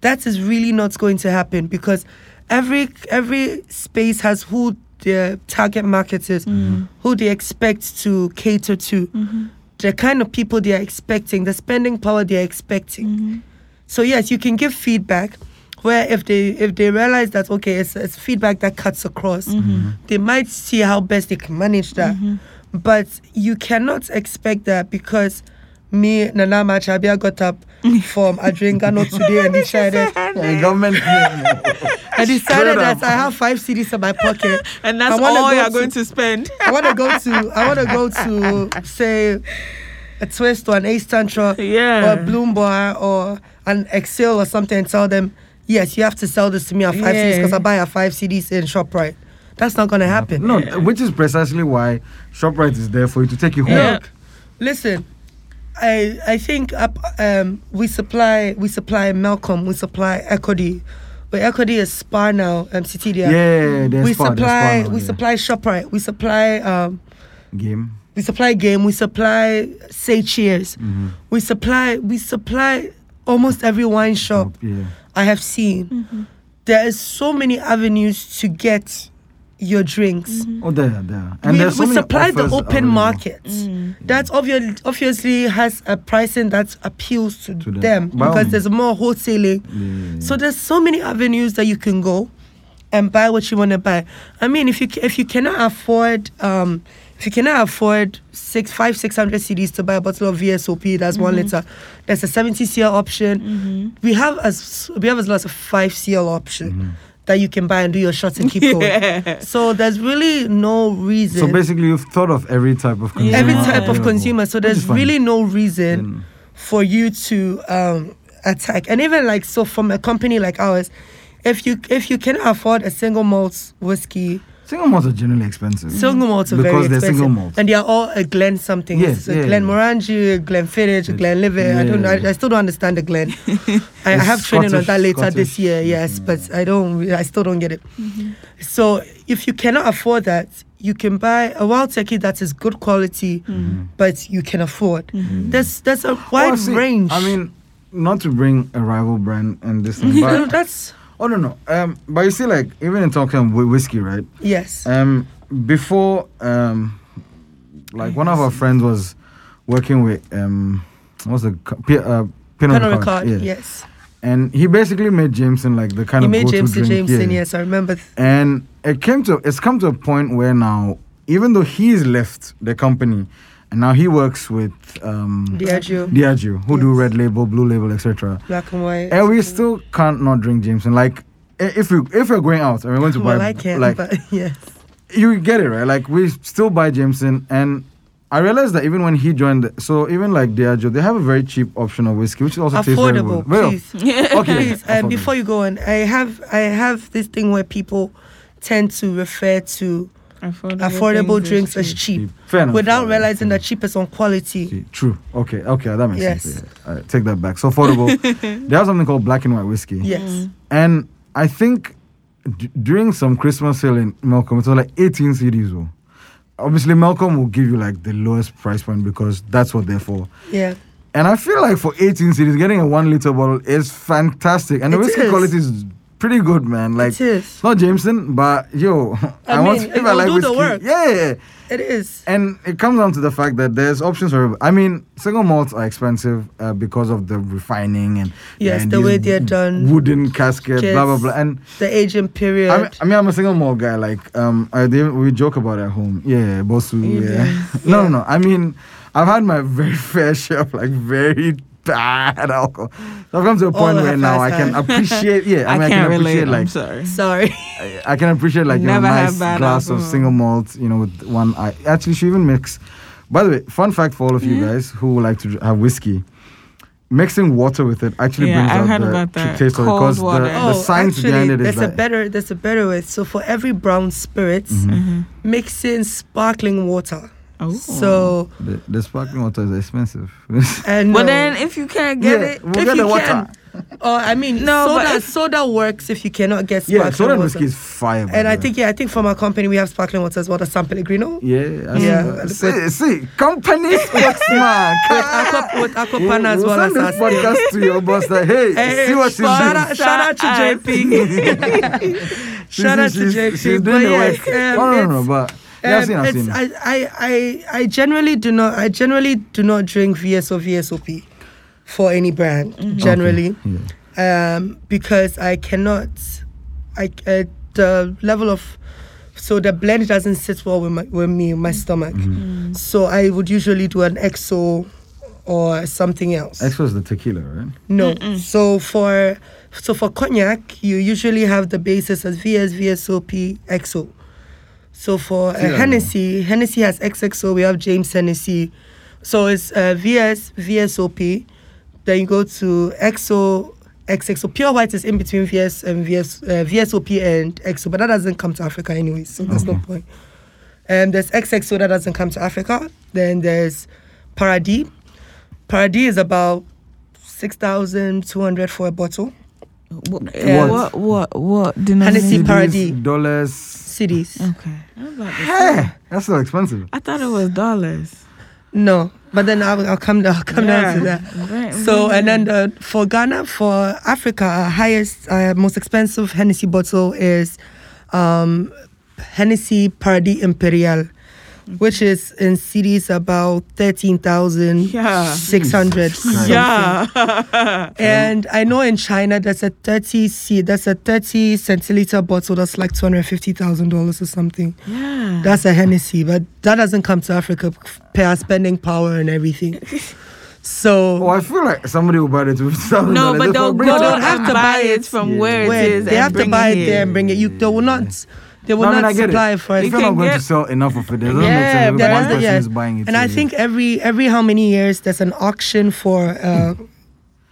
Speaker 3: That is really not going to happen because every every space has who their target market is, who they expect to cater to, the kind of people they are expecting, the spending power they are expecting. So yes, you can give feedback where if they if they realize that okay, it's, it's feedback that cuts across, they might see how best they can manage that. But you cannot expect that because me, Nana Machabia got up from Adrengano today and decided
Speaker 2: Yeah, government. yeah, yeah.
Speaker 3: I decided
Speaker 2: Straight
Speaker 3: that
Speaker 2: up.
Speaker 3: I have five CDs in my pocket.
Speaker 1: And that's
Speaker 3: I wanna
Speaker 1: all
Speaker 3: go
Speaker 1: you're
Speaker 3: to-
Speaker 1: going to spend.
Speaker 3: I wanna go to I wanna go to say a twist or an ace tantra
Speaker 1: Yeah.
Speaker 3: or a bloom bar or an excel or something and tell them, yes, you have to sell this to me at five CDs because
Speaker 1: Yeah.
Speaker 3: I buy at five CDs in ShopRite. That's not gonna happen.
Speaker 2: No, which is precisely why Shoprite is there for you to take you home.
Speaker 1: Yeah.
Speaker 3: Look, listen. I I think up, um, we supply we supply Malcolm, we supply Equity. But Equity is Spar now, um,
Speaker 2: Yeah,
Speaker 3: Citidia.
Speaker 2: yeah, yeah, there's
Speaker 3: we
Speaker 2: spa, there's
Speaker 3: supply
Speaker 2: spa now,
Speaker 3: we
Speaker 2: yeah.
Speaker 3: supply Shoprite, we supply um,
Speaker 2: game.
Speaker 3: we supply game, we supply say cheers,
Speaker 2: Mm-hmm.
Speaker 3: we supply we supply almost every wine shop
Speaker 2: Yeah.
Speaker 3: I have seen. There is so many avenues to get your drinks
Speaker 2: Oh, there, there. And
Speaker 3: we,
Speaker 2: there's so
Speaker 3: we
Speaker 2: many
Speaker 3: supply the
Speaker 2: offers
Speaker 3: open
Speaker 2: available.
Speaker 3: market. That obviously obviously has a pricing that appeals to,
Speaker 2: To them.
Speaker 3: them,
Speaker 2: By all
Speaker 3: because
Speaker 2: means.
Speaker 3: there's more wholesaling.
Speaker 2: Yeah.
Speaker 3: So there's so many avenues that you can go and buy what you want to buy. I mean, if you ca- if you cannot afford um, if you cannot afford six five six hundred CDs to buy a bottle of VSOP, that's one liter. There's a seventy CL option. We have as we have as lots of five CL option.
Speaker 2: Mm-hmm.
Speaker 3: That you can buy and do your shots and keep going. So there's really no reason
Speaker 2: So basically, you've thought of every type of consumer.
Speaker 3: every type of
Speaker 2: available,
Speaker 3: consumer. So
Speaker 2: which is
Speaker 3: there's
Speaker 2: fine. Mm.
Speaker 3: really no reason for you to um, attack. And even like so, from a company like ours, if you if you can afford a single malt whiskey,
Speaker 2: single malts are generally expensive.
Speaker 3: single malts are
Speaker 2: Mm. Because
Speaker 3: very
Speaker 2: they're
Speaker 3: expensive,
Speaker 2: single malts.
Speaker 3: and they are all a Glen something.
Speaker 2: Yes,
Speaker 3: It's a
Speaker 2: yeah,
Speaker 3: Glen
Speaker 2: yeah.
Speaker 3: Morangi, a Glen Fittich, a Glen Livet. I don't know. I,
Speaker 2: Yeah.
Speaker 3: I still don't understand the Glen. I, I
Speaker 2: It's
Speaker 3: have training on that
Speaker 2: Scottish-
Speaker 3: later this
Speaker 2: Scottish, Mm.
Speaker 3: year. Yes, but I don't. I still don't get it. So if you cannot afford that, you can buy a wild turkey that is good quality, but you can afford. There's there's a wide
Speaker 2: Oh, see,
Speaker 3: range.
Speaker 2: I mean, not to bring a rival brand and this thing,
Speaker 3: No,
Speaker 2: but
Speaker 3: that's
Speaker 2: oh no no. Um, but you see, like even in talking about whiskey, right?
Speaker 3: yes.
Speaker 2: Um, before um, like one of our friends was working with um, what's the co- P- uh, Pinot
Speaker 3: Panel
Speaker 2: Ricard,
Speaker 3: record,
Speaker 2: yeah.
Speaker 3: yes.
Speaker 2: And he basically made Jameson like the kind
Speaker 3: You
Speaker 2: of
Speaker 3: made
Speaker 2: go-to
Speaker 3: Jameson
Speaker 2: drink,
Speaker 3: Jameson,
Speaker 2: yeah.
Speaker 3: yes, I remember. th-
Speaker 2: And it came to it's come to a point where now, even though he's left the company, and now he works with um,
Speaker 3: Diageo.
Speaker 2: Diageo, who do
Speaker 3: Yes.
Speaker 2: red label, blue label, etc.
Speaker 3: Black and white.
Speaker 2: And we still can't not drink Jameson. Like i- if we if we're going out and we're going to buy,
Speaker 3: well, I can,
Speaker 2: like
Speaker 3: but yes.
Speaker 2: you get it right. Like we still buy Jameson, and I realized that even when he joined, so even like Diageo, they have a very cheap option of whiskey, which is also tastes very
Speaker 3: affordable,
Speaker 2: good. Well,
Speaker 3: please.
Speaker 2: okay,
Speaker 3: Please, um, before you go on, I have I have this thing where people tend to refer to
Speaker 1: Affordable,
Speaker 3: affordable
Speaker 1: things is
Speaker 3: drinks as
Speaker 1: cheap.
Speaker 3: cheap,
Speaker 2: Fair enough.
Speaker 3: without
Speaker 2: Yeah,
Speaker 3: realizing
Speaker 2: yeah.
Speaker 3: that cheap is on quality.
Speaker 2: Okay, True. Okay. Okay. That makes
Speaker 3: Yes.
Speaker 2: sense. Yeah. I take that back. So affordable. they have something called black and white whiskey.
Speaker 3: Yes,
Speaker 1: Mm.
Speaker 2: And I think d- during some Christmas sale in Malcolm, it was like 18 CDs. oh. Obviously, Malcolm will give you like the lowest price point because that's what they're for.
Speaker 3: yeah.
Speaker 2: And I feel like for 18 CDs, getting a one liter bottle is fantastic. And the
Speaker 3: It
Speaker 2: whiskey
Speaker 3: is.
Speaker 2: quality is pretty good, man. Like,
Speaker 3: It is.
Speaker 2: it's not Jameson, but yo, I, want
Speaker 3: mean,
Speaker 2: to if I
Speaker 3: it'll
Speaker 2: like
Speaker 3: do the
Speaker 2: whiskey.
Speaker 3: work.
Speaker 2: Yeah, yeah, yeah.
Speaker 3: It is.
Speaker 2: And it comes down to the fact that there's options for. I mean, single malts are expensive uh, because of the refining and
Speaker 3: Yes,
Speaker 2: and
Speaker 3: the
Speaker 2: these
Speaker 3: way they're done.
Speaker 2: wooden casket, blah blah
Speaker 3: Kids.
Speaker 2: blah. And
Speaker 3: The aging period.
Speaker 2: I mean, I mean, I'm a single malt guy. Like, um, I did, we joke about it at home. Yeah, bosu.
Speaker 1: You
Speaker 2: Yeah. no, no, no. I mean, I've had my very fair share of like very bad alcohol. So I've come
Speaker 1: Oh,
Speaker 2: to a point
Speaker 3: have
Speaker 2: where now I
Speaker 3: I
Speaker 2: can
Speaker 3: said.
Speaker 2: appreciate. Yeah, I, mean, I can
Speaker 1: can't
Speaker 2: appreciate
Speaker 1: relate. I'm
Speaker 2: like
Speaker 1: sorry.
Speaker 3: Sorry.
Speaker 2: I, I can appreciate like you know, a
Speaker 1: Never have
Speaker 2: nice
Speaker 1: bad
Speaker 2: glass of
Speaker 1: alcohol.
Speaker 2: single malt, you know, with one. I actually she even mix. By the way, fun fact for all of you
Speaker 1: Yeah.
Speaker 2: guys who like to dr- have whiskey. Mixing water with it actually
Speaker 1: Yeah,
Speaker 2: brings
Speaker 1: I've
Speaker 2: out
Speaker 1: heard
Speaker 2: the
Speaker 1: about
Speaker 2: true
Speaker 1: that.
Speaker 2: taste of it
Speaker 1: Cold
Speaker 2: because the,
Speaker 1: water.
Speaker 2: the
Speaker 1: Oh,
Speaker 2: science
Speaker 3: actually,
Speaker 2: behind it is
Speaker 3: there's a
Speaker 2: that
Speaker 3: better there's a better way. So for every brown spirit,
Speaker 2: Mm-hmm.
Speaker 3: mix in sparkling water.
Speaker 1: Mm-hmm. Oh.
Speaker 3: So
Speaker 2: the, the sparkling water is expensive.
Speaker 3: and
Speaker 1: But
Speaker 3: no.
Speaker 1: then if you can't get
Speaker 2: Yeah,
Speaker 1: it,
Speaker 2: we'll
Speaker 1: if
Speaker 2: get
Speaker 1: you
Speaker 2: the water.
Speaker 1: can,
Speaker 3: Oh, I mean,
Speaker 1: No,
Speaker 3: soda
Speaker 1: but if-
Speaker 3: soda works if you cannot get sparkling
Speaker 2: yeah, soda and
Speaker 3: water.
Speaker 2: whiskey is fire. by
Speaker 3: and I
Speaker 2: the way.
Speaker 3: think yeah, I think from our company we have sparkling water as well. That's San Pellegrino.
Speaker 2: Yeah, I
Speaker 3: Yeah.
Speaker 2: see that. See, see, company spokesman.
Speaker 3: With Aqua, with Aquapan as
Speaker 2: Oh, We'll
Speaker 3: well as
Speaker 2: send
Speaker 3: us.
Speaker 2: this podcast to your boss. Like, hey,
Speaker 3: Hey,
Speaker 2: see what she's
Speaker 3: shout
Speaker 2: doing.
Speaker 3: out, shout out to JP.
Speaker 2: She see
Speaker 3: shout out to
Speaker 2: she's-
Speaker 3: JP.
Speaker 2: She's
Speaker 3: but
Speaker 2: doing the
Speaker 3: yes,
Speaker 2: work. No,
Speaker 3: um,
Speaker 2: no,
Speaker 3: it's-
Speaker 2: no, no, but yeah, I've
Speaker 3: Um,
Speaker 2: seen, I've
Speaker 3: it's-
Speaker 2: seen.
Speaker 3: I, I, I, I generally do not. I generally do not drink VSO VSOP for any brand. Generally,
Speaker 2: Yeah.
Speaker 3: um, because I cannot. I uh, the level of so the blend doesn't sit well with my with me my stomach. So I would usually do an EXO or something else.
Speaker 2: X was the tequila, right?
Speaker 3: No. So for so for cognac, you usually have the basis as VS, VSOP, XO. So for uh,
Speaker 2: See that
Speaker 3: Hennessy, Hennessy has XXO. We have James Hennessy. So it's uh, VS, VSOP. Then you go to XO, XXO. Pure white is in between VS and VS, uh, VSOP and XO, but that doesn't come to Africa anyway, so there's no point. And there's XXO that doesn't come to Africa. Then there's Paradis. Paradis is about 6,200 for a bottle.
Speaker 1: What,
Speaker 3: Yeah.
Speaker 1: what, what, what
Speaker 3: Hennessy
Speaker 1: denomination?
Speaker 3: Par- Paradis.
Speaker 2: CDs, Dollars.
Speaker 3: Cities.
Speaker 2: Mm.
Speaker 1: Okay. I was like,
Speaker 2: Hey, that's so expensive.
Speaker 1: I thought it was dollars.
Speaker 3: No, but then I'll, I'll come down, I'll come down to
Speaker 1: Yeah.
Speaker 3: that.
Speaker 1: Right,
Speaker 3: So
Speaker 1: right.
Speaker 3: and then the, for Ghana, for Africa, our highest, uh, most expensive Hennessy bottle is um, Hennessy Paradis Imperial,
Speaker 1: Mm-hmm.
Speaker 3: which is in cities about thirteen thousand
Speaker 1: Yeah.
Speaker 3: six hundred.
Speaker 2: Jesus Christ.
Speaker 1: yeah.
Speaker 3: And I know in China that's a thirty c that's a thirty centiliter bottle that's like two hundred fifty thousand dollars or something.
Speaker 1: yeah.
Speaker 3: That's a Hennessy, but that doesn't come to Africa per spending power and everything. So
Speaker 2: Oh, I feel like somebody will buy it with thousand
Speaker 1: No,
Speaker 2: dollars.
Speaker 1: but
Speaker 2: Just
Speaker 1: they'll
Speaker 2: for
Speaker 1: go
Speaker 2: bring it.
Speaker 1: and have to buy it from
Speaker 2: Yeah.
Speaker 1: where
Speaker 3: where
Speaker 1: it is.
Speaker 3: they
Speaker 1: and
Speaker 3: have to
Speaker 1: bring
Speaker 3: buy it
Speaker 1: here.
Speaker 3: there and bring it. You they will not they will
Speaker 2: No, I mean,
Speaker 3: not
Speaker 2: I get it.
Speaker 3: supply for
Speaker 2: If
Speaker 3: it.
Speaker 1: You
Speaker 2: you're not
Speaker 1: can
Speaker 2: going to
Speaker 1: get-
Speaker 2: sell enough of it, it doesn't make
Speaker 3: Yeah,
Speaker 2: sense. If
Speaker 3: there
Speaker 2: one
Speaker 3: is a-
Speaker 2: person
Speaker 3: yeah.
Speaker 2: is buying it.
Speaker 3: And I
Speaker 2: yeah.
Speaker 3: think every every how many years there's an auction for uh,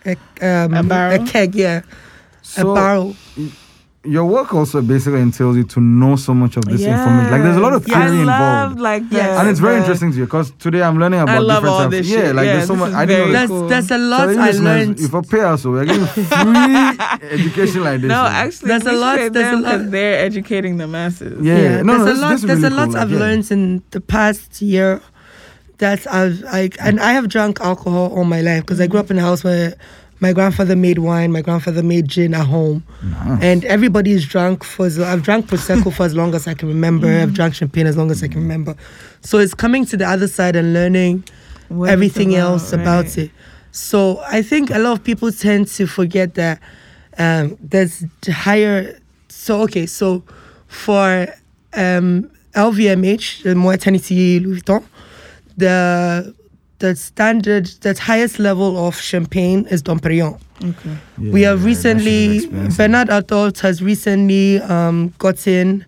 Speaker 3: a, um,
Speaker 1: A barrel?
Speaker 3: keg, yeah,
Speaker 2: so
Speaker 3: a barrel.
Speaker 2: your work also basically entails you to know so much of this information. Like there's a lot of
Speaker 1: Yes. I
Speaker 2: theory
Speaker 1: love,
Speaker 2: involved.
Speaker 1: Like the,
Speaker 3: Yes.
Speaker 2: and it's very
Speaker 1: the-
Speaker 2: interesting to you because today I'm learning about
Speaker 1: love
Speaker 2: different
Speaker 1: all
Speaker 2: types.
Speaker 1: this
Speaker 2: yeah,
Speaker 1: shit.
Speaker 2: like
Speaker 1: Yeah,
Speaker 2: there's so
Speaker 1: this
Speaker 2: much.
Speaker 1: is
Speaker 2: I didn't
Speaker 1: very
Speaker 2: know.
Speaker 3: There's
Speaker 1: cool.
Speaker 3: there's a
Speaker 2: So
Speaker 3: lot
Speaker 2: you
Speaker 3: I
Speaker 2: listeners,
Speaker 3: learned.
Speaker 2: If I pay us, we're getting free education like this.
Speaker 1: No,
Speaker 2: man.
Speaker 1: actually,
Speaker 3: There's a
Speaker 1: we
Speaker 3: lot-
Speaker 1: should
Speaker 3: there's a
Speaker 1: them 'cause
Speaker 3: lot-
Speaker 1: They're educating the masses.
Speaker 2: Yeah,
Speaker 3: yeah,
Speaker 2: no, no,
Speaker 3: there's
Speaker 2: this-
Speaker 3: a lot.
Speaker 2: this is
Speaker 3: There's
Speaker 2: really
Speaker 3: a lot
Speaker 2: cool,
Speaker 3: I've
Speaker 2: like, yeah.
Speaker 3: learned in the past year. That I've I and I have drunk alcohol all my life because I grew up in a house where my grandfather made wine, my grandfather made gin at home, and everybody is drunk for. As, I've drank prosecco for as long as I can remember. I've drank champagne as long as I can remember. So it's coming to the other side and learning
Speaker 1: What it's
Speaker 3: everything
Speaker 1: about,
Speaker 3: else about
Speaker 1: right.
Speaker 3: it. So I think a lot of people tend to forget that um, there's higher. So okay, so for um, LVMH, the Moët Hennessy Louis Vuitton, the the standard, the highest level of champagne is Dom Perignon.
Speaker 1: Okay.
Speaker 2: Yeah,
Speaker 3: we
Speaker 2: that
Speaker 3: have
Speaker 2: shit is
Speaker 3: recently
Speaker 2: expensive.
Speaker 3: Bernard Artault has recently um, gotten.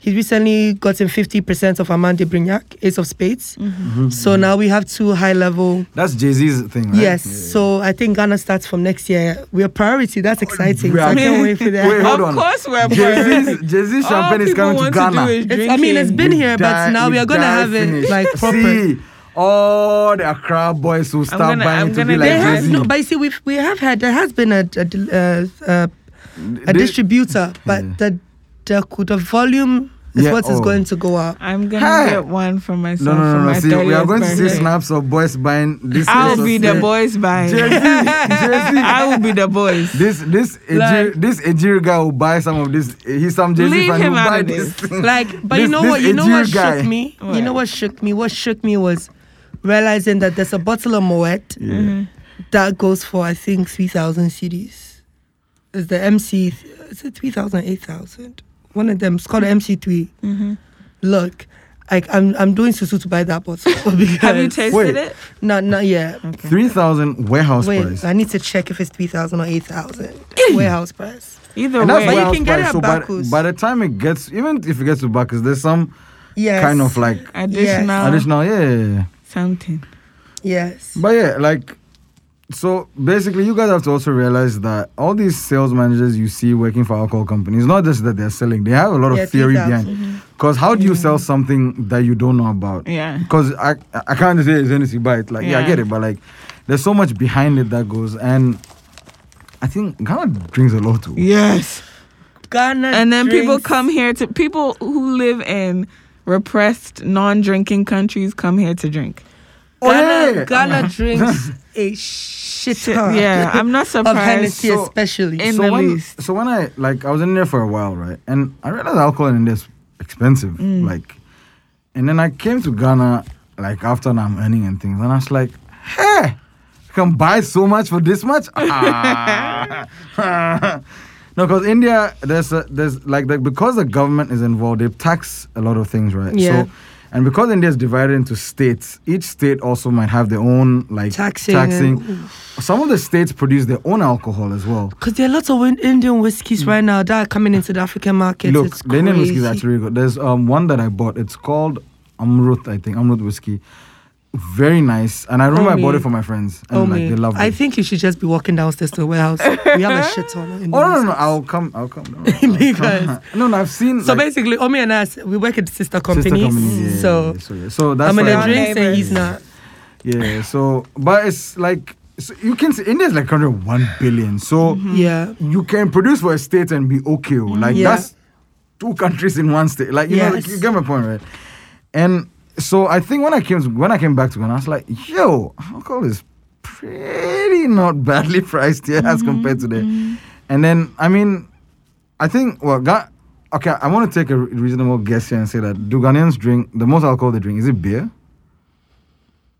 Speaker 3: He's recently gotten 50% of Armand de Brignac, Ace of Spades.
Speaker 1: Mm-hmm.
Speaker 3: So now we have two high level
Speaker 2: That's Jay Z's thing, right?
Speaker 3: Yes,
Speaker 2: Yeah, yeah.
Speaker 3: so I think Ghana starts from next year. We're a priority. That's exciting.
Speaker 2: we
Speaker 3: so
Speaker 2: are-
Speaker 3: I can't wait for
Speaker 2: Wait,
Speaker 3: that.
Speaker 2: hold
Speaker 1: of
Speaker 2: on.
Speaker 1: course, we're
Speaker 2: Jay
Speaker 1: poor.
Speaker 2: Z's Jay Z's
Speaker 1: All
Speaker 2: champagne is
Speaker 1: people
Speaker 2: coming to
Speaker 1: want
Speaker 2: Ghana.
Speaker 1: do is
Speaker 3: It's- I mean, it's
Speaker 1: drinking.
Speaker 3: been here,
Speaker 2: We
Speaker 3: but
Speaker 2: die-
Speaker 3: now
Speaker 2: we
Speaker 3: we are gonna
Speaker 2: die
Speaker 3: have
Speaker 2: finished.
Speaker 3: it like proper.
Speaker 2: See, all the Accra boys who start
Speaker 1: gonna-
Speaker 2: buying
Speaker 1: I'm
Speaker 2: to
Speaker 1: gonna
Speaker 2: be
Speaker 1: do
Speaker 2: like
Speaker 3: There
Speaker 1: that.
Speaker 2: Jay
Speaker 3: has
Speaker 2: Z.
Speaker 3: no, but you see, we we have had there has been a a, del- uh, uh, a distributor, but
Speaker 2: Yeah.
Speaker 3: the the co- the volume is
Speaker 2: Yeah,
Speaker 3: what is
Speaker 2: oh.
Speaker 3: going to go up.
Speaker 1: I'm gonna
Speaker 2: Hey.
Speaker 1: get one for myself.
Speaker 2: No, no,
Speaker 1: for
Speaker 2: no, no.
Speaker 1: my
Speaker 2: See, we are
Speaker 1: 30th
Speaker 2: going to see
Speaker 1: birthday.
Speaker 2: snaps of boys buying this.
Speaker 1: I'll
Speaker 2: this-
Speaker 1: be the
Speaker 2: this-
Speaker 1: boys buying.
Speaker 2: Jay Z, Jay Z.
Speaker 1: I will be the boys.
Speaker 2: This this Eji- this Ejiri guy will buy some of this. He's some Jay Z
Speaker 1: Leave
Speaker 2: fan.
Speaker 1: him
Speaker 2: He'll
Speaker 1: out
Speaker 2: buy
Speaker 1: of
Speaker 2: this.
Speaker 1: this.
Speaker 2: thing.
Speaker 3: Like, but you
Speaker 2: This-
Speaker 3: know
Speaker 2: this
Speaker 3: what? You know what
Speaker 2: Ajir guy.
Speaker 3: shook me?
Speaker 1: What?
Speaker 3: You know what shook me? What shook me was realizing that there's a bottle of Moet
Speaker 1: Mm-hmm.
Speaker 3: that goes for I think three thousand CDs. It's the MC?
Speaker 1: Mm-hmm.
Speaker 3: Is it 3,000, 8,000? One of them. It's called MC3. Look, Like I'm, I'm doing susu to buy that bottle. because,
Speaker 1: Have you tasted
Speaker 2: Wait.
Speaker 1: it?
Speaker 3: No, not yet.
Speaker 2: Three thousand warehouse
Speaker 3: Wait,
Speaker 2: price.
Speaker 3: I need to check if it's three thousand or eight thousand. Warehouse price.
Speaker 1: Either
Speaker 2: And that's
Speaker 1: way,
Speaker 3: But you
Speaker 2: warehouse
Speaker 3: can get it
Speaker 2: price.
Speaker 3: at
Speaker 2: So by,
Speaker 3: Bacchus.
Speaker 2: by the time it gets, even if it gets to Bacchus, there's some
Speaker 3: Yes.
Speaker 2: kind of like
Speaker 1: additional
Speaker 2: additional, yeah, yeah, yeah.
Speaker 1: something.
Speaker 3: Yes.
Speaker 2: But yeah, like, so basically, you guys have to also realize that all these sales managers you see working for alcohol companies, not just that they're selling, they have a lot
Speaker 3: Yeah,
Speaker 2: of theory
Speaker 3: 3,000.
Speaker 2: behind. Because how do you sell something that you don't know about?
Speaker 1: mm-hmm. Yeah.
Speaker 2: Because I I can't just say it's anything by it. Like yeah. I
Speaker 1: Yeah.
Speaker 2: get it, but like, there's so much behind it that goes and. I think Ghana drinks a lot too.
Speaker 1: Yes.
Speaker 3: Ghana
Speaker 1: And then people
Speaker 3: drinks-
Speaker 1: come here to people who live in repressed, non-drinking countries come here to drink.
Speaker 2: Oh,
Speaker 3: Ghana,
Speaker 2: yeah.
Speaker 3: Ghana drinks a shit
Speaker 1: Shit,
Speaker 3: ton
Speaker 1: yeah, I'm not
Speaker 3: of
Speaker 1: surprised.
Speaker 3: Hennessy,
Speaker 2: So-
Speaker 3: especially.
Speaker 1: in
Speaker 2: so
Speaker 1: the
Speaker 2: when,
Speaker 1: least.
Speaker 2: So when I like I was in there for a while, right? And I realized alcohol in India is expensive. Like and then I came to Ghana like after now I'm earning and things, and I was like, hey, you can buy so much for this much? Ah. no, because India there's a, there's like the, because the government is involved, they tax a lot of things, right?
Speaker 3: Yeah.
Speaker 2: So and because India is divided into states, each state also might have their own like
Speaker 3: Taxing and-
Speaker 2: taxing. Some of the states produce their own alcohol as well.
Speaker 3: Because there are lots of win- Indian whiskies right now that are coming into the African market.
Speaker 2: Mm. Look,
Speaker 3: it's
Speaker 2: the Indian whiskey is
Speaker 3: crazy.
Speaker 2: actually good. There's um one that I bought. It's called Amrut, I think. Amrut whiskey. Very nice. And I remember I bought it
Speaker 3: Homemade.
Speaker 2: for my friends. And
Speaker 3: Oh,
Speaker 2: like they
Speaker 3: man.
Speaker 2: loved it.
Speaker 3: I think you should just be walking downstairs to the warehouse. we have a shit ton. of Indian
Speaker 2: Oh no no no!
Speaker 3: whiskeys.
Speaker 2: I'll come. I'll come. No, no, I'll come.
Speaker 3: Because-
Speaker 2: no, no, I've seen.
Speaker 3: So
Speaker 2: like,
Speaker 3: basically, Omi and I, we work at sister
Speaker 2: sister
Speaker 3: companies.
Speaker 2: companies, yeah, yeah,
Speaker 3: so
Speaker 2: yeah, so, yeah. so that's
Speaker 3: I'm in
Speaker 2: why
Speaker 3: the
Speaker 1: Our
Speaker 3: drinks and
Speaker 1: neighbors.
Speaker 3: he's not.
Speaker 2: Yeah. So, but it's like so you can see India's like under one billion. So
Speaker 3: Yeah.
Speaker 2: you can produce for a state and be okay. oh. Like
Speaker 3: Yeah.
Speaker 2: that's two countries in one state. Like you know, like,
Speaker 3: Yes.
Speaker 2: you get my point, right? And so I think when I came to, when I came back to Ghana, I was like, yo, alcohol is pretty not badly priced here as compared to there. And then I mean, I think well, Ga- okay, I want to take a re- reasonable guess here and say that do Ghanaians drink the most alcohol they drink is it beer?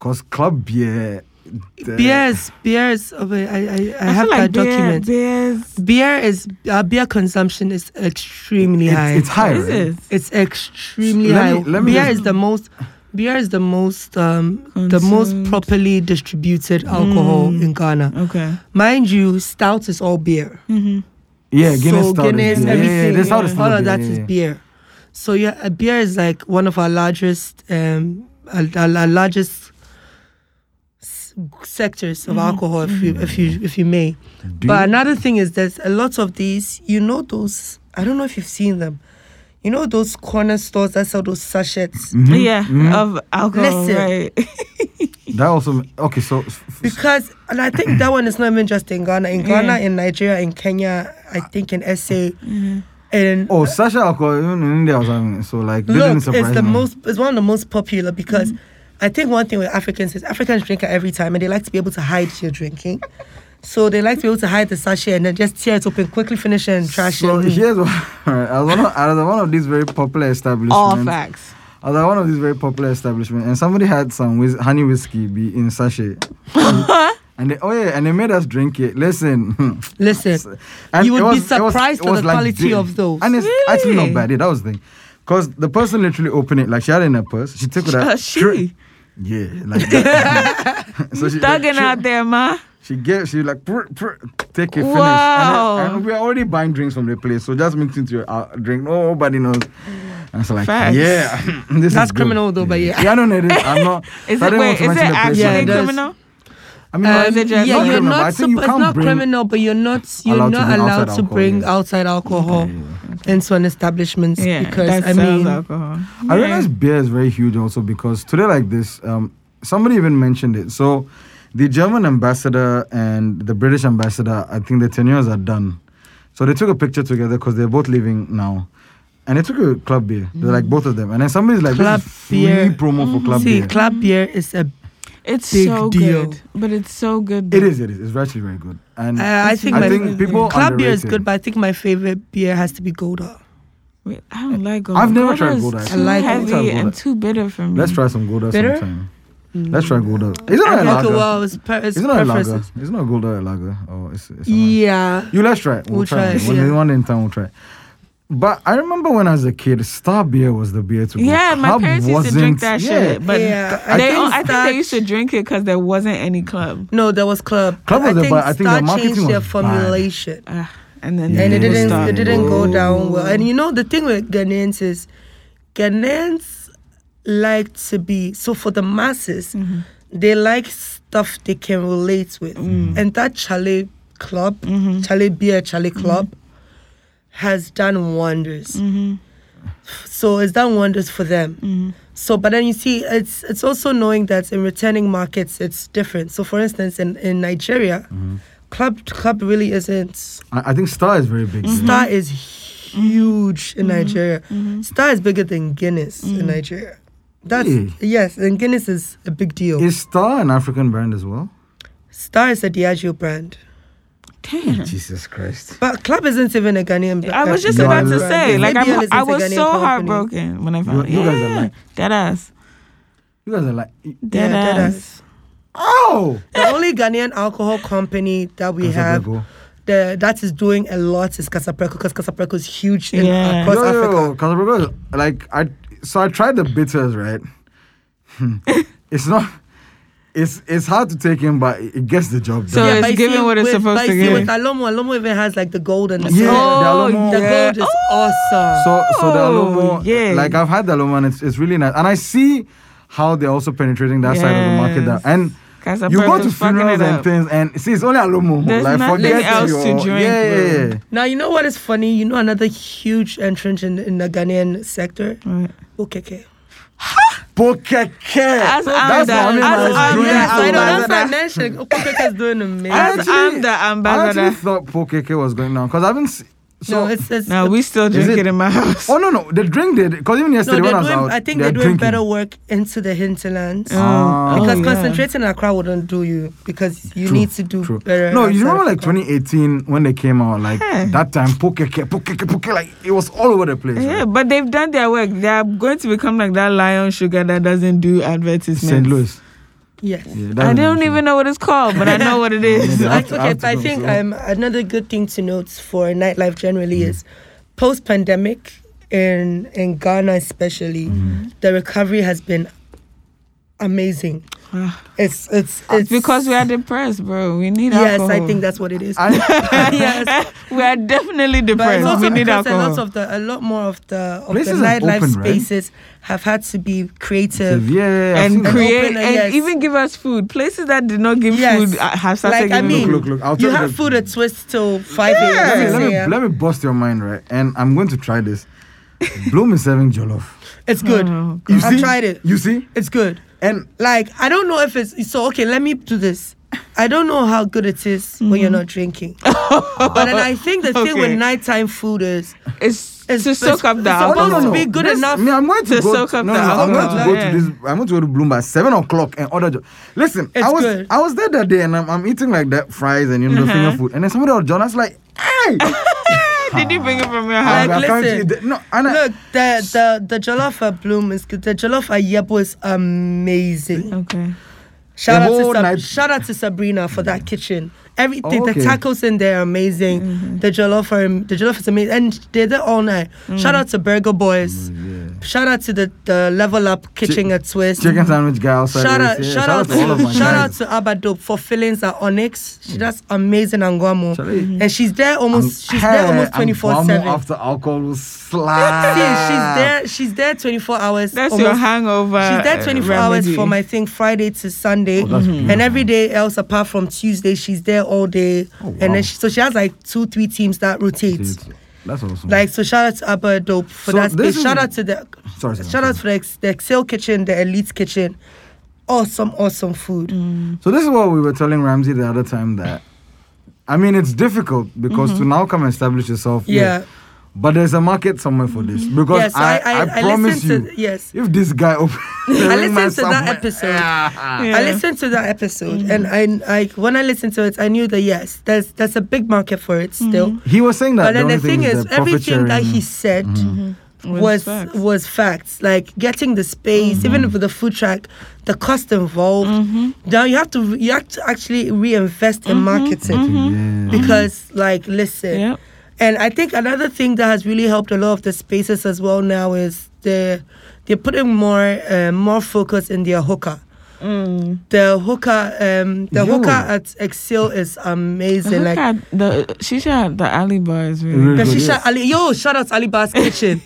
Speaker 2: Cause club beer. the-
Speaker 3: Beers, beers. Oh, wait, I, I, I,
Speaker 1: I
Speaker 3: have
Speaker 1: feel like
Speaker 3: that document. Beer,
Speaker 1: Beer, beers.
Speaker 3: is uh, beer consumption is extremely high.
Speaker 2: It's, it's high.
Speaker 1: What is
Speaker 2: right?
Speaker 1: this?
Speaker 3: It's extremely
Speaker 2: Let
Speaker 3: high.
Speaker 2: me- let me
Speaker 3: beer
Speaker 2: just-
Speaker 3: is the most beer is the most um, the most
Speaker 1: Consumed.
Speaker 3: properly distributed alcohol in Ghana.
Speaker 1: Okay.
Speaker 3: Mind you, stout is all beer.
Speaker 2: Yeah, Guinness.
Speaker 3: so
Speaker 2: stout is
Speaker 3: Guinness,
Speaker 2: beer. Yeah,
Speaker 3: everything,
Speaker 2: yeah, yeah, that's how the
Speaker 1: yeah.
Speaker 2: stout
Speaker 3: all of
Speaker 2: is,
Speaker 3: that
Speaker 2: yeah,
Speaker 3: is
Speaker 2: yeah.
Speaker 3: beer. So yeah, a beer is like one of our largest um our, our- our largest s- sectors of alcohol, if you if you if you may.
Speaker 2: Do
Speaker 3: but
Speaker 2: you-
Speaker 3: another thing is there's a lot of these. You know those. I don't know if you've seen them. You know those corner stores that sell those sachets.
Speaker 2: Mm-hmm.
Speaker 1: Yeah, of alcohol,
Speaker 3: Listen.
Speaker 1: right?
Speaker 2: That also okay. So f- f-
Speaker 3: Because and I think that one is not even just in Ghana. In
Speaker 1: Yeah.
Speaker 3: Ghana, in Nigeria, in Kenya, I think in SA, and
Speaker 2: oh, Sasha alcohol even in India was having it. So like, they
Speaker 3: look,
Speaker 2: didn't
Speaker 3: it's
Speaker 2: surprise
Speaker 3: the
Speaker 2: me. Mm-hmm.
Speaker 3: most. It's one of the most popular because I think one thing with Africans is Africans drink at every time, and they like to be able to hide your drinking. So they like to be able to hide the sachet and then just tear it open, quickly finish it and trash
Speaker 2: So
Speaker 3: it.
Speaker 2: here's what I was one of, I was at one of these very popular establishments.
Speaker 1: All facts.
Speaker 2: I was at one of these very popular establishments, and somebody had some whis- honey whiskey be in sachet. And they, oh yeah, and they made us drink it. Listen,
Speaker 3: Listen,
Speaker 2: and
Speaker 3: You would
Speaker 2: it
Speaker 3: be
Speaker 2: it
Speaker 3: surprised
Speaker 2: it
Speaker 3: at the quality
Speaker 2: this.
Speaker 3: of those.
Speaker 2: And it's actually not
Speaker 1: Really?
Speaker 2: bad. Yeah, that was the thing, because the person literally opened it. Like she had it in her purse. She took it
Speaker 1: Uh,
Speaker 2: out.
Speaker 1: she
Speaker 2: Yeah, like that. so she,
Speaker 1: thugging
Speaker 2: she-
Speaker 1: out there, ma.
Speaker 2: She gave, she like, "Prr, prr," take it, finish. And then-
Speaker 1: Wow.
Speaker 2: And, we're already buying drinks from the place, so just mix into your uh, drink. Nobody knows. And so like,
Speaker 1: Facts.
Speaker 2: yeah, this
Speaker 3: That's
Speaker 2: is good.
Speaker 3: criminal though, but yeah.
Speaker 2: Yeah, I don't know. It is. I'm not.
Speaker 1: Is
Speaker 2: so I
Speaker 1: it
Speaker 2: didn't
Speaker 1: wait?
Speaker 2: want
Speaker 1: Is
Speaker 2: to
Speaker 1: it
Speaker 2: mention the place
Speaker 1: actually
Speaker 3: Yeah,
Speaker 2: like that.
Speaker 3: does.
Speaker 1: criminal?
Speaker 2: I mean,
Speaker 3: Um,
Speaker 1: is it just-
Speaker 3: yeah,
Speaker 1: Not
Speaker 3: you're
Speaker 2: criminal, but I
Speaker 3: not.
Speaker 2: think you
Speaker 3: Super, it's
Speaker 2: can't
Speaker 3: not
Speaker 2: bring-
Speaker 3: criminal, but you're not. You're
Speaker 2: Allowed to bring
Speaker 3: not
Speaker 2: outside
Speaker 3: allowed to
Speaker 2: alcohol,
Speaker 3: bring
Speaker 2: yeah.
Speaker 3: outside alcohol into an establishment
Speaker 1: Yeah,
Speaker 3: because
Speaker 1: that
Speaker 3: I
Speaker 1: sells
Speaker 3: mean,
Speaker 1: alcohol.
Speaker 2: I realize beer is very huge also because today like this, um, somebody even mentioned it. So, the German ambassador and the British ambassador, I think their tenures are done. So they took a picture together because they're both leaving now, and they took a club beer. They're like both of them, and then somebody's like,
Speaker 3: Club
Speaker 2: "This is free
Speaker 3: beer.
Speaker 2: promo for club
Speaker 3: see,
Speaker 2: beer."
Speaker 3: club beer is a.
Speaker 1: It's
Speaker 3: Big
Speaker 1: so
Speaker 3: deal.
Speaker 1: good, but it's so good.
Speaker 2: it is. It is. It's actually very good. And
Speaker 3: I- I
Speaker 1: It's
Speaker 3: think
Speaker 2: I
Speaker 3: my
Speaker 2: think people
Speaker 3: club beer is good,
Speaker 2: underrated.
Speaker 3: but I think my favorite beer has to be Golda.
Speaker 1: Wait, I don't like gold.
Speaker 2: I've never tried
Speaker 1: is
Speaker 2: Gouda,
Speaker 1: Too
Speaker 2: actually.
Speaker 3: I like
Speaker 1: heavy
Speaker 2: Gouda.
Speaker 1: and too bitter for me.
Speaker 2: Let's try some Golda
Speaker 3: Bitter?
Speaker 2: sometime. Let's try Golda. Isn't
Speaker 3: Okay,
Speaker 2: it a lager?
Speaker 3: well, it's, per- it's
Speaker 2: Isn't it a lager?
Speaker 3: preferences.
Speaker 2: Isn't it Golda a lager? Oh, it's. it's a-
Speaker 3: Yeah.
Speaker 2: You let's try it. We'll,
Speaker 3: We'll
Speaker 2: try,
Speaker 3: try
Speaker 2: it.
Speaker 3: it,
Speaker 2: When
Speaker 3: yeah.
Speaker 2: there's one in town, we'll try. it. But I remember when I was a kid, Star Beer was the beer to go.
Speaker 1: Yeah, my
Speaker 2: Club
Speaker 1: parents used to drink
Speaker 2: wasn't-
Speaker 1: that
Speaker 2: yeah.
Speaker 1: shit, but
Speaker 3: Yeah,
Speaker 1: I
Speaker 3: I
Speaker 1: they,
Speaker 3: think
Speaker 1: oh, I think
Speaker 3: Starch-
Speaker 1: they used to drink it because there wasn't any club,
Speaker 3: No, there was club.
Speaker 2: Club was
Speaker 3: I
Speaker 2: the
Speaker 3: think
Speaker 2: bad- I think the
Speaker 3: Star
Speaker 2: marketing
Speaker 3: changed their
Speaker 2: was bad.
Speaker 3: formulation.
Speaker 1: Ah, and then
Speaker 3: and it
Speaker 2: Yeah.
Speaker 3: didn't
Speaker 1: stopped.
Speaker 3: it didn't go
Speaker 2: Whoa.
Speaker 3: down well. And you know the thing with Ghanaians is Ghanaians like to be so for the masses, they like stuff they can relate with. And that Chale club, Chale beer, Chale club has done wonders.
Speaker 1: Mm-hmm,
Speaker 3: So it's done wonders for them. So, but then you see, it's it's also knowing that in returning markets, it's different. So, for instance, in, in Nigeria, club club really isn't
Speaker 2: I, I think Star is very big.
Speaker 1: Mm-hmm.
Speaker 2: there.
Speaker 3: Star is huge in Nigeria. Star is bigger than Guinness
Speaker 1: Mm.
Speaker 3: in Nigeria. That's
Speaker 2: Really?
Speaker 3: yes, and Guinness is a big deal.
Speaker 2: Is Star an African brand as well?
Speaker 3: Star is a Diageo brand,
Speaker 1: Damn.
Speaker 2: Jesus Christ.
Speaker 3: but Club isn't even a Ghanaian. br-
Speaker 1: I was just
Speaker 2: Yeah.
Speaker 1: about to
Speaker 2: Yeah.
Speaker 3: brand.
Speaker 1: say,
Speaker 3: It's
Speaker 1: like,
Speaker 3: ABL
Speaker 1: I'm,
Speaker 3: isn't
Speaker 1: I
Speaker 3: a
Speaker 1: was
Speaker 3: Ghanaian
Speaker 1: so
Speaker 3: company.
Speaker 1: heartbroken when I found
Speaker 2: You- you
Speaker 1: yeah,
Speaker 2: guys are like-
Speaker 1: dead ass,
Speaker 2: You guys are like,
Speaker 1: dead
Speaker 3: Yeah, dead
Speaker 1: ass.
Speaker 3: ass.
Speaker 2: oh!
Speaker 3: The only Ghanaian alcohol company that we have
Speaker 2: Casapreco.
Speaker 3: the, that is doing a lot is Casapreco because Casapreco is huge in, uh,
Speaker 1: Yeah.
Speaker 3: across
Speaker 2: yo,
Speaker 3: Africa.
Speaker 2: yo, Casapreco is like I so I tried the bitters, right? Hmm. it's not it's it's hard to take in, but it gets the job done.
Speaker 1: So it's
Speaker 3: but you
Speaker 1: giving
Speaker 3: see
Speaker 1: what it's
Speaker 3: with-
Speaker 1: supposed
Speaker 3: but
Speaker 1: to
Speaker 3: you see
Speaker 1: give.
Speaker 3: With Alomo, Alomo even has like the gold and the
Speaker 2: Yeah,
Speaker 3: silver.
Speaker 1: Oh,
Speaker 2: the Alomo.
Speaker 3: The
Speaker 1: yeah.
Speaker 3: gold is
Speaker 1: Oh.
Speaker 3: awesome.
Speaker 2: So, so the
Speaker 1: Oh,
Speaker 2: Alomo,
Speaker 1: yeah.
Speaker 2: like I've had the Alomo and it's, it's really nice. And I see how they're also penetrating that side of the market. That,
Speaker 1: Yes.
Speaker 2: and
Speaker 1: Casapreco
Speaker 2: you go to
Speaker 1: is fucking
Speaker 2: funerals
Speaker 1: it
Speaker 2: and
Speaker 1: up.
Speaker 2: things, and see, it's only Alomo.
Speaker 1: There's
Speaker 2: like,
Speaker 1: nothing
Speaker 2: forget
Speaker 1: else to
Speaker 2: your,
Speaker 1: drink,
Speaker 2: Yeah, yeah,
Speaker 1: bro.
Speaker 2: yeah.
Speaker 3: Now you know what is funny. You know another huge entrant in, in the Ghanaian sector.
Speaker 1: Right.
Speaker 3: Okeke.
Speaker 2: Bokeke.
Speaker 1: As I'm
Speaker 2: the
Speaker 1: the-
Speaker 2: only
Speaker 1: as I'm
Speaker 2: one that's doing
Speaker 1: the-
Speaker 2: it.
Speaker 1: as
Speaker 3: I know
Speaker 1: I'm
Speaker 3: that's why I mentioned Okeke is doing amazing.
Speaker 2: I
Speaker 1: As I'm the
Speaker 2: I
Speaker 1: ambassador.
Speaker 2: actually thought Pokeke was going down because I haven't. Se- so,
Speaker 3: no, it's, it's
Speaker 1: No, we still drink it,
Speaker 2: it-
Speaker 1: in my house.
Speaker 2: oh no no, the drink did because even
Speaker 3: no,
Speaker 2: yesterday
Speaker 3: they're
Speaker 2: when
Speaker 3: doing.
Speaker 2: I was out,
Speaker 3: I think
Speaker 2: they're
Speaker 3: they're doing
Speaker 2: drinking.
Speaker 3: better work into the hinterlands.
Speaker 1: Oh,
Speaker 2: Oh,
Speaker 3: because
Speaker 1: yeah.
Speaker 3: concentrating in Accra wouldn't do you because you
Speaker 2: True,
Speaker 3: need to do
Speaker 2: True.
Speaker 3: better.
Speaker 2: No, you
Speaker 3: outside
Speaker 2: remember
Speaker 3: of
Speaker 2: like
Speaker 3: Accra.
Speaker 2: 2018 when they came out, like
Speaker 1: Yeah.
Speaker 2: that time, Pokeke, Pokeke, Pokeke, like it was all over the place.
Speaker 1: Yeah,
Speaker 2: right?
Speaker 1: but they've done their work. They are going to become like that lion sugar that doesn't do advertisements.
Speaker 2: St. Louis.
Speaker 3: Yes.
Speaker 2: Yeah, that's
Speaker 1: I don't
Speaker 2: amazing.
Speaker 1: even know what it's called, but I know what it is.
Speaker 2: Yeah,
Speaker 3: I,
Speaker 2: I have to- I
Speaker 3: okay,
Speaker 2: have
Speaker 3: but
Speaker 2: to
Speaker 3: I
Speaker 2: go,
Speaker 3: think
Speaker 2: so-
Speaker 3: um, another good thing to note for nightlife generally
Speaker 2: Mm-hmm.
Speaker 3: is post pandemic in in Ghana especially,
Speaker 2: Mm-hmm.
Speaker 3: the recovery has been amazing.
Speaker 1: Ah.
Speaker 3: it's it's
Speaker 1: It's because we are depressed, bro. We need
Speaker 3: yes,
Speaker 1: alcohol.
Speaker 3: I think that's what it is.
Speaker 2: I,
Speaker 3: yes,
Speaker 1: we are definitely
Speaker 3: but it's
Speaker 1: depressed.
Speaker 3: also
Speaker 1: We need
Speaker 3: because a
Speaker 1: alcohol.
Speaker 3: lot of the a lot more of the of
Speaker 2: Places
Speaker 3: the
Speaker 2: have
Speaker 3: nightlife
Speaker 2: opened, right?
Speaker 3: spaces have had to be creative.
Speaker 2: yeah, yeah, yeah, I've seen
Speaker 1: and
Speaker 2: that.
Speaker 1: create
Speaker 3: open, uh,
Speaker 1: and
Speaker 3: yes.
Speaker 1: even give us food. Places that did not give
Speaker 3: Yes.
Speaker 1: food uh, have started
Speaker 3: Like I
Speaker 1: giving
Speaker 3: mean,
Speaker 1: food.
Speaker 2: Look, look, look, I'll
Speaker 3: you
Speaker 2: tell you
Speaker 3: have
Speaker 2: the-
Speaker 3: food at Swiss till five
Speaker 2: Let me- let,
Speaker 3: a.m.
Speaker 2: me,
Speaker 3: 6 a.m.
Speaker 2: let me bust your mind, right? And I'm going to try this. Bloom is serving jollof.
Speaker 3: It's good.
Speaker 1: Oh,
Speaker 2: You
Speaker 3: I've
Speaker 2: see?
Speaker 3: tried it.
Speaker 2: You see?
Speaker 3: It's good.
Speaker 2: And
Speaker 3: Like I don't know if it's so. Okay, let me do this. I don't know how good it is when you're not drinking. but then I think the thing
Speaker 1: Okay.
Speaker 3: with nighttime food is
Speaker 1: It's,
Speaker 3: It's-
Speaker 1: to soak
Speaker 3: it's-
Speaker 1: up the
Speaker 3: it's supposed
Speaker 1: alcohol.
Speaker 3: to be good enough
Speaker 2: Me, I'm going to,
Speaker 1: to
Speaker 2: go
Speaker 1: soak up
Speaker 2: no,
Speaker 1: the
Speaker 2: no, I'm going to
Speaker 1: alcohol,
Speaker 2: go
Speaker 1: yeah.
Speaker 2: to this. I'm going to go to Bloom by seven o'clock and order. Jo- Listen, I
Speaker 3: It's
Speaker 2: was
Speaker 3: good.
Speaker 2: I was there that day and I'm, I'm eating like that fries and you know the
Speaker 1: Uh-huh.
Speaker 2: finger food and then somebody ordered John. I was like, hey,
Speaker 1: Did you bring it from your house?
Speaker 2: I'm
Speaker 3: Like,
Speaker 2: like, I can't
Speaker 3: listen,
Speaker 2: eat that. no, and I-
Speaker 3: look the the the jollof at Bloom is good. The jollof at Yebo is amazing.
Speaker 1: Okay.
Speaker 3: Shout
Speaker 2: The
Speaker 3: out to
Speaker 2: whole
Speaker 3: Sab-
Speaker 2: night-
Speaker 3: shout out to Sabrina for that kitchen. Everything
Speaker 2: Okay.
Speaker 3: the tacos in there are amazing. The jollof are, am- the jollof is amazing, and they're there all night. Shout out to Burger Boys.
Speaker 2: Mm.
Speaker 3: Shout out to the, the Level Up Kitchen at Twist.
Speaker 2: chicken sandwich guy outside.
Speaker 3: Shout
Speaker 2: there,
Speaker 3: out,
Speaker 2: yeah,
Speaker 3: shout, out to,
Speaker 2: all of my Mm.
Speaker 3: shout out
Speaker 2: guys.
Speaker 3: to Abadope for fillings at Onyx. She does amazing Anguamo.
Speaker 2: Shall I-
Speaker 3: And she's there almost she's there
Speaker 2: Hey,
Speaker 3: almost
Speaker 2: and
Speaker 3: twenty four
Speaker 2: Guamo
Speaker 3: seven.
Speaker 2: After alcohol will
Speaker 3: See,
Speaker 2: slap. Ah.
Speaker 3: she's there she's there twenty four hours.
Speaker 1: That's your
Speaker 3: almost-
Speaker 1: hangover.
Speaker 3: She's there
Speaker 1: uh,
Speaker 3: 24 hours
Speaker 1: remedy.
Speaker 3: from I think Friday to Sunday,
Speaker 2: Oh, that's beautiful.
Speaker 3: and every day else apart from Tuesday, she's there all day.
Speaker 2: Oh,
Speaker 3: And
Speaker 2: wow.
Speaker 3: then she, so she has like two, three teams that rotate.
Speaker 2: That's awesome.
Speaker 3: Like so, shout out to Abba Dope for
Speaker 2: So
Speaker 3: that
Speaker 2: this
Speaker 3: space.
Speaker 2: is-
Speaker 3: Shout out to the
Speaker 2: Sorry, sorry,
Speaker 3: shout out to the, ex, the Excel Kitchen, the Elite Kitchen. Awesome, awesome
Speaker 1: Mm.
Speaker 3: food.
Speaker 2: So this is what we were telling Ramsey the other time that I mean it's difficult because to now come and establish yourself.
Speaker 3: Mm-hmm. Yeah.
Speaker 2: But there's a market somewhere for this because
Speaker 3: Yes,
Speaker 2: I,
Speaker 3: I-
Speaker 2: I,
Speaker 3: I- I
Speaker 2: promise
Speaker 3: listened
Speaker 2: you
Speaker 3: to- yes.
Speaker 2: if this guy opens
Speaker 3: I listened to that episode. I listened to that episode, and I, I when I listened to it, I knew that yes, there's there's a big market for it still.
Speaker 2: He was saying that.
Speaker 3: But then
Speaker 2: the, only
Speaker 3: the thing is,
Speaker 2: the Mm-hmm. profit
Speaker 3: everything that
Speaker 2: sharing-
Speaker 3: he said
Speaker 1: Mm-hmm. Was
Speaker 3: was
Speaker 1: facts.
Speaker 3: was facts. Like getting the space,
Speaker 2: Mm-hmm.
Speaker 3: even for the food track, the cost involved. Now you have to
Speaker 2: Mm-hmm.
Speaker 3: you have to actually reinvest in marketing
Speaker 2: Yeah.
Speaker 3: because, like, listen,
Speaker 1: Yep.
Speaker 3: And I think another thing that has really helped a lot of the spaces as well now is the they're putting more uh, more focus in their hooker.
Speaker 1: Mm.
Speaker 3: The hooker, um, the
Speaker 2: Yo.
Speaker 3: hooker at Excel is
Speaker 1: The
Speaker 3: amazing.
Speaker 1: hookah
Speaker 3: like
Speaker 1: at the shisha at the alley bar is really.
Speaker 2: Really
Speaker 3: the
Speaker 2: good,
Speaker 3: shisha,
Speaker 2: yes.
Speaker 3: Ali, yo, shout out to Ali Bar's kitchen.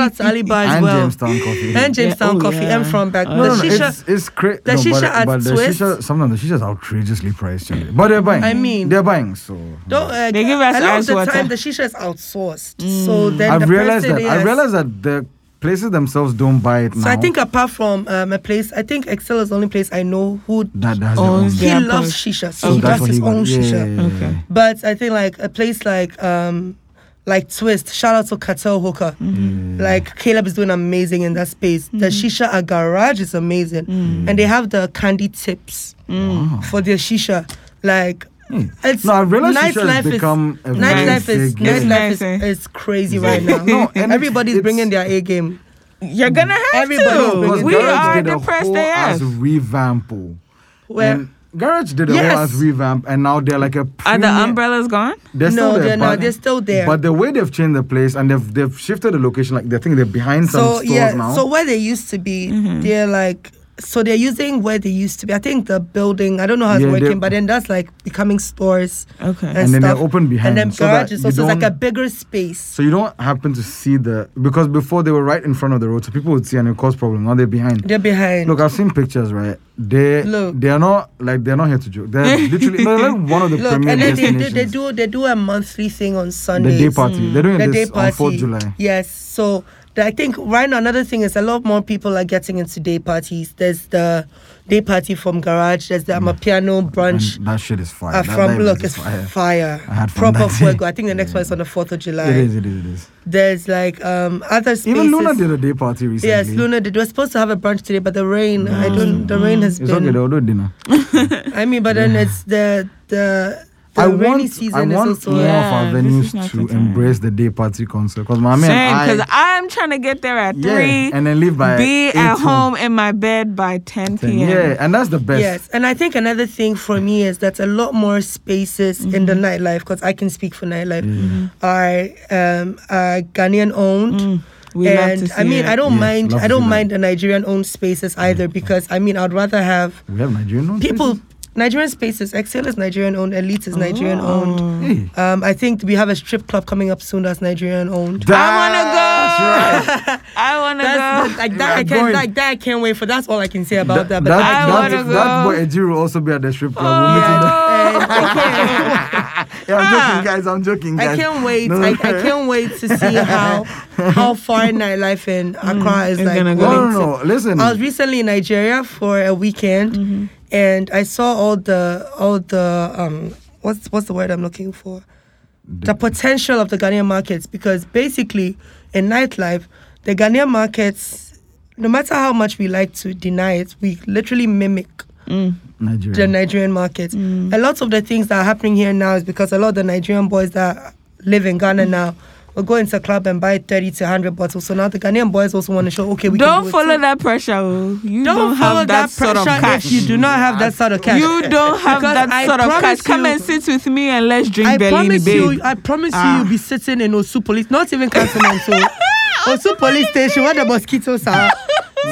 Speaker 3: out to Ali Bar as
Speaker 2: and
Speaker 3: well.
Speaker 2: Jamestown coffee.
Speaker 3: And Jamestown
Speaker 1: oh,
Speaker 3: Coffee.
Speaker 1: yeah.
Speaker 3: I'm from back.
Speaker 1: No,
Speaker 2: no,
Speaker 3: the
Speaker 2: no, no,
Speaker 3: shisha,
Speaker 2: it's, it's crazy.
Speaker 3: the
Speaker 2: no,
Speaker 3: shisha
Speaker 2: but,
Speaker 3: at
Speaker 2: but the
Speaker 3: Swiss-
Speaker 2: shisha, sometimes the shisha's outrageously priced, generally. but they're buying.
Speaker 3: I mean-
Speaker 2: they're buying. So
Speaker 3: Don't, uh,
Speaker 1: They give us
Speaker 3: a lot
Speaker 1: ice
Speaker 3: of the
Speaker 1: water.
Speaker 3: time the shisha is outsourced. So then the
Speaker 2: Mm. I've realized
Speaker 3: person
Speaker 2: that. I
Speaker 3: is-
Speaker 2: realized that the places themselves don't buy it now.
Speaker 3: So I think apart from um, a place, I think Excel is the only place I know who
Speaker 2: that
Speaker 1: Owns
Speaker 2: does owns
Speaker 1: the-
Speaker 3: he
Speaker 1: Yeah,
Speaker 3: loves
Speaker 1: but-
Speaker 2: So
Speaker 3: shisha. So he
Speaker 2: Oh, that's
Speaker 3: does
Speaker 2: what
Speaker 3: oh, his
Speaker 2: he got.
Speaker 3: own
Speaker 2: Yeah,
Speaker 3: shisha.
Speaker 2: yeah, yeah, yeah.
Speaker 1: Okay.
Speaker 3: But I think like a place like um like Twist, shout out to Cartel Hooker.
Speaker 2: Mm.
Speaker 3: Like Caleb is doing amazing in that space. The shisha at Garage is amazing,
Speaker 2: Mm.
Speaker 3: and they have the candy tips for their shisha. Like it's
Speaker 2: Hmm. No, I realize shisha has
Speaker 3: nightlife
Speaker 2: become a
Speaker 3: is nightlife
Speaker 2: very
Speaker 3: is
Speaker 2: big game.
Speaker 3: nightlife is,
Speaker 1: Nice, eh?
Speaker 3: is crazy right
Speaker 2: Yeah.
Speaker 3: now.
Speaker 2: No, and it's-
Speaker 3: everybody's
Speaker 2: it's-
Speaker 3: bringing their A game.
Speaker 1: You're gonna have
Speaker 3: Everybody
Speaker 1: to.
Speaker 3: was
Speaker 2: Because
Speaker 3: bringing
Speaker 1: we
Speaker 3: girls
Speaker 1: are
Speaker 2: did a
Speaker 1: depressed
Speaker 2: whole
Speaker 1: AF.
Speaker 2: ass revamp. oh.
Speaker 3: Where
Speaker 2: And Garage did a
Speaker 3: Yes.
Speaker 2: whole ass revamp, and now they're like a.
Speaker 1: Are
Speaker 2: Premier,
Speaker 1: the umbrellas gone?
Speaker 2: They're still
Speaker 3: no,
Speaker 2: there,
Speaker 3: they're not.
Speaker 2: but-
Speaker 3: They're still there.
Speaker 2: But the way they've changed the place and they've they've shifted the location, like they think they're behind some
Speaker 3: so
Speaker 2: stores
Speaker 3: yeah,
Speaker 2: now.
Speaker 3: so where they used to be, they're like so they're using where they used to be. I think the building, I don't know how it's
Speaker 2: Yeah, they-
Speaker 3: working, but then that's like becoming stores.
Speaker 1: Okay.
Speaker 3: And,
Speaker 2: And then they're
Speaker 3: stuff.
Speaker 2: open behind,
Speaker 3: And then
Speaker 2: so that
Speaker 3: garages
Speaker 2: you
Speaker 3: also it's like
Speaker 2: don't-
Speaker 3: a bigger space.
Speaker 2: So you don't happen to see the because before they were right in front of the road, so people would see and it caused problem. Now they're behind.
Speaker 3: They're behind.
Speaker 2: Look, I've seen pictures, right? They
Speaker 3: Look.
Speaker 2: they are not like they're not here to joke. They're literally no, they're like one of the
Speaker 3: Look,
Speaker 2: premier
Speaker 3: and then they, do-
Speaker 2: destinations.
Speaker 3: they do they do a monthly thing on
Speaker 2: the
Speaker 3: Sundays.
Speaker 2: day party. They're doing
Speaker 3: the
Speaker 2: this
Speaker 3: day
Speaker 2: on
Speaker 3: party.
Speaker 2: Fourth July.
Speaker 3: Yes. So the- I think right now another thing is a lot more people are getting into day parties. There's the day party from garage. There's the
Speaker 2: Mm.
Speaker 3: Amapiano
Speaker 2: And
Speaker 3: brunch.
Speaker 2: that shit is fire.
Speaker 3: Uh,
Speaker 2: That-
Speaker 3: from
Speaker 2: that
Speaker 3: look,
Speaker 2: event is
Speaker 3: it's fire. fire.
Speaker 2: I had fun
Speaker 3: Proper
Speaker 2: that day.
Speaker 3: fuego. I think the next one is on the fourth of July.
Speaker 2: It is, it is, it is.
Speaker 3: There's like um other spaces.
Speaker 2: Even Luna did a day party recently.
Speaker 3: Yes, Luna did. We're supposed to have a brunch today, but the rain. I don't. The rain has
Speaker 2: Mm-hmm. It's okay,
Speaker 3: been.
Speaker 2: they'll do dinner.
Speaker 3: I mean, but then it's the the the
Speaker 2: I
Speaker 3: rainy
Speaker 2: want,
Speaker 3: season
Speaker 2: I want
Speaker 3: is also.
Speaker 2: more
Speaker 1: Yeah.
Speaker 2: of our
Speaker 1: this is
Speaker 2: venues
Speaker 1: not
Speaker 2: to
Speaker 1: the time.
Speaker 2: embrace the day party concept. Because my man,
Speaker 1: Same,
Speaker 2: I,
Speaker 1: because I'm trying to get there at
Speaker 2: Yeah,
Speaker 1: three
Speaker 2: and then leave by
Speaker 1: be
Speaker 2: eight
Speaker 1: at
Speaker 2: or-
Speaker 1: home in my bed by 10 p.m.
Speaker 2: yeah, and that's the best.
Speaker 3: Yes, and I think another thing for me is that a lot more spaces in
Speaker 2: Mm-hmm.
Speaker 3: the nightlife, because I can speak for nightlife, are um, are Ghanaian owned.
Speaker 2: Mm.
Speaker 1: Mm. We
Speaker 3: and
Speaker 1: love to see
Speaker 3: I mean,
Speaker 1: it.
Speaker 3: I don't
Speaker 2: Yes,
Speaker 3: mind.
Speaker 2: love to
Speaker 3: I
Speaker 2: see
Speaker 3: don't
Speaker 2: that. Mm.
Speaker 3: mind the Nigerian owned spaces either because I mean, I'd rather have
Speaker 2: We have Nigerian owned
Speaker 3: people. Nigerian spaces. Excel is Nigerian owned. Elite is Nigerian owned.
Speaker 1: Mm-hmm. Oh.
Speaker 2: places? Hey,
Speaker 3: Um, I think we have a strip club coming up soon that's Nigerian owned.
Speaker 1: I wanna go. I wanna
Speaker 3: That's
Speaker 1: go.
Speaker 3: like that. I
Speaker 2: You're
Speaker 3: can't
Speaker 2: going-
Speaker 3: like that. I can't wait for. That's all I can say about that.
Speaker 2: that,
Speaker 3: but
Speaker 1: I
Speaker 2: that,
Speaker 1: wanna
Speaker 2: that, that
Speaker 1: go.
Speaker 2: boy Ejiru will also be at the strip club. We'll meet him there.
Speaker 1: Oh.
Speaker 2: Yeah, I'm
Speaker 1: Ah.
Speaker 2: joking, guys. I'm joking,
Speaker 3: I
Speaker 2: guys.
Speaker 3: can't wait.
Speaker 2: No,
Speaker 3: I, I can't wait to see how how far nightlife in Accra is
Speaker 1: it's
Speaker 3: like
Speaker 1: gonna
Speaker 3: going
Speaker 1: go.
Speaker 2: No,
Speaker 3: to.
Speaker 2: no, no.
Speaker 1: Hmm.
Speaker 2: Listen.
Speaker 3: I was recently in Nigeria for a weekend,
Speaker 1: Mm-hmm.
Speaker 3: and I saw all the all the um what's what's the word I'm looking for, the potential of the Ghanaian markets because basically in nightlife, the Ghanaian markets, no matter how much we like to deny it, we literally mimic
Speaker 1: Hmm.
Speaker 2: Nigeria.
Speaker 3: the Nigerian market. A lot of the things that are happening here now is because a lot of the Nigerian boys that live in Ghana
Speaker 1: Hmm.
Speaker 3: now. will go into a club and buy 30 to 100 bottles. So now the Ghanaian boys also want to show, okay, we can
Speaker 1: don't
Speaker 3: do it
Speaker 1: follow
Speaker 3: too.
Speaker 1: that pressure. oh. You don't,
Speaker 3: Don't, follow
Speaker 1: have that,
Speaker 3: that,
Speaker 1: sort of
Speaker 3: pressure
Speaker 1: cash.
Speaker 3: if you do not have that sort of cash.
Speaker 1: You don't have
Speaker 3: Because
Speaker 1: that
Speaker 3: I
Speaker 1: sort of cash.
Speaker 3: promise
Speaker 1: Come
Speaker 3: you-
Speaker 1: and sit with me and let's drink
Speaker 3: I
Speaker 1: Bellini,
Speaker 3: promise
Speaker 1: babe.
Speaker 3: you, I promise
Speaker 1: Ah.
Speaker 3: you, you'll be sitting in Osu police, not even Councilman so Osu police station where the mosquitoes are.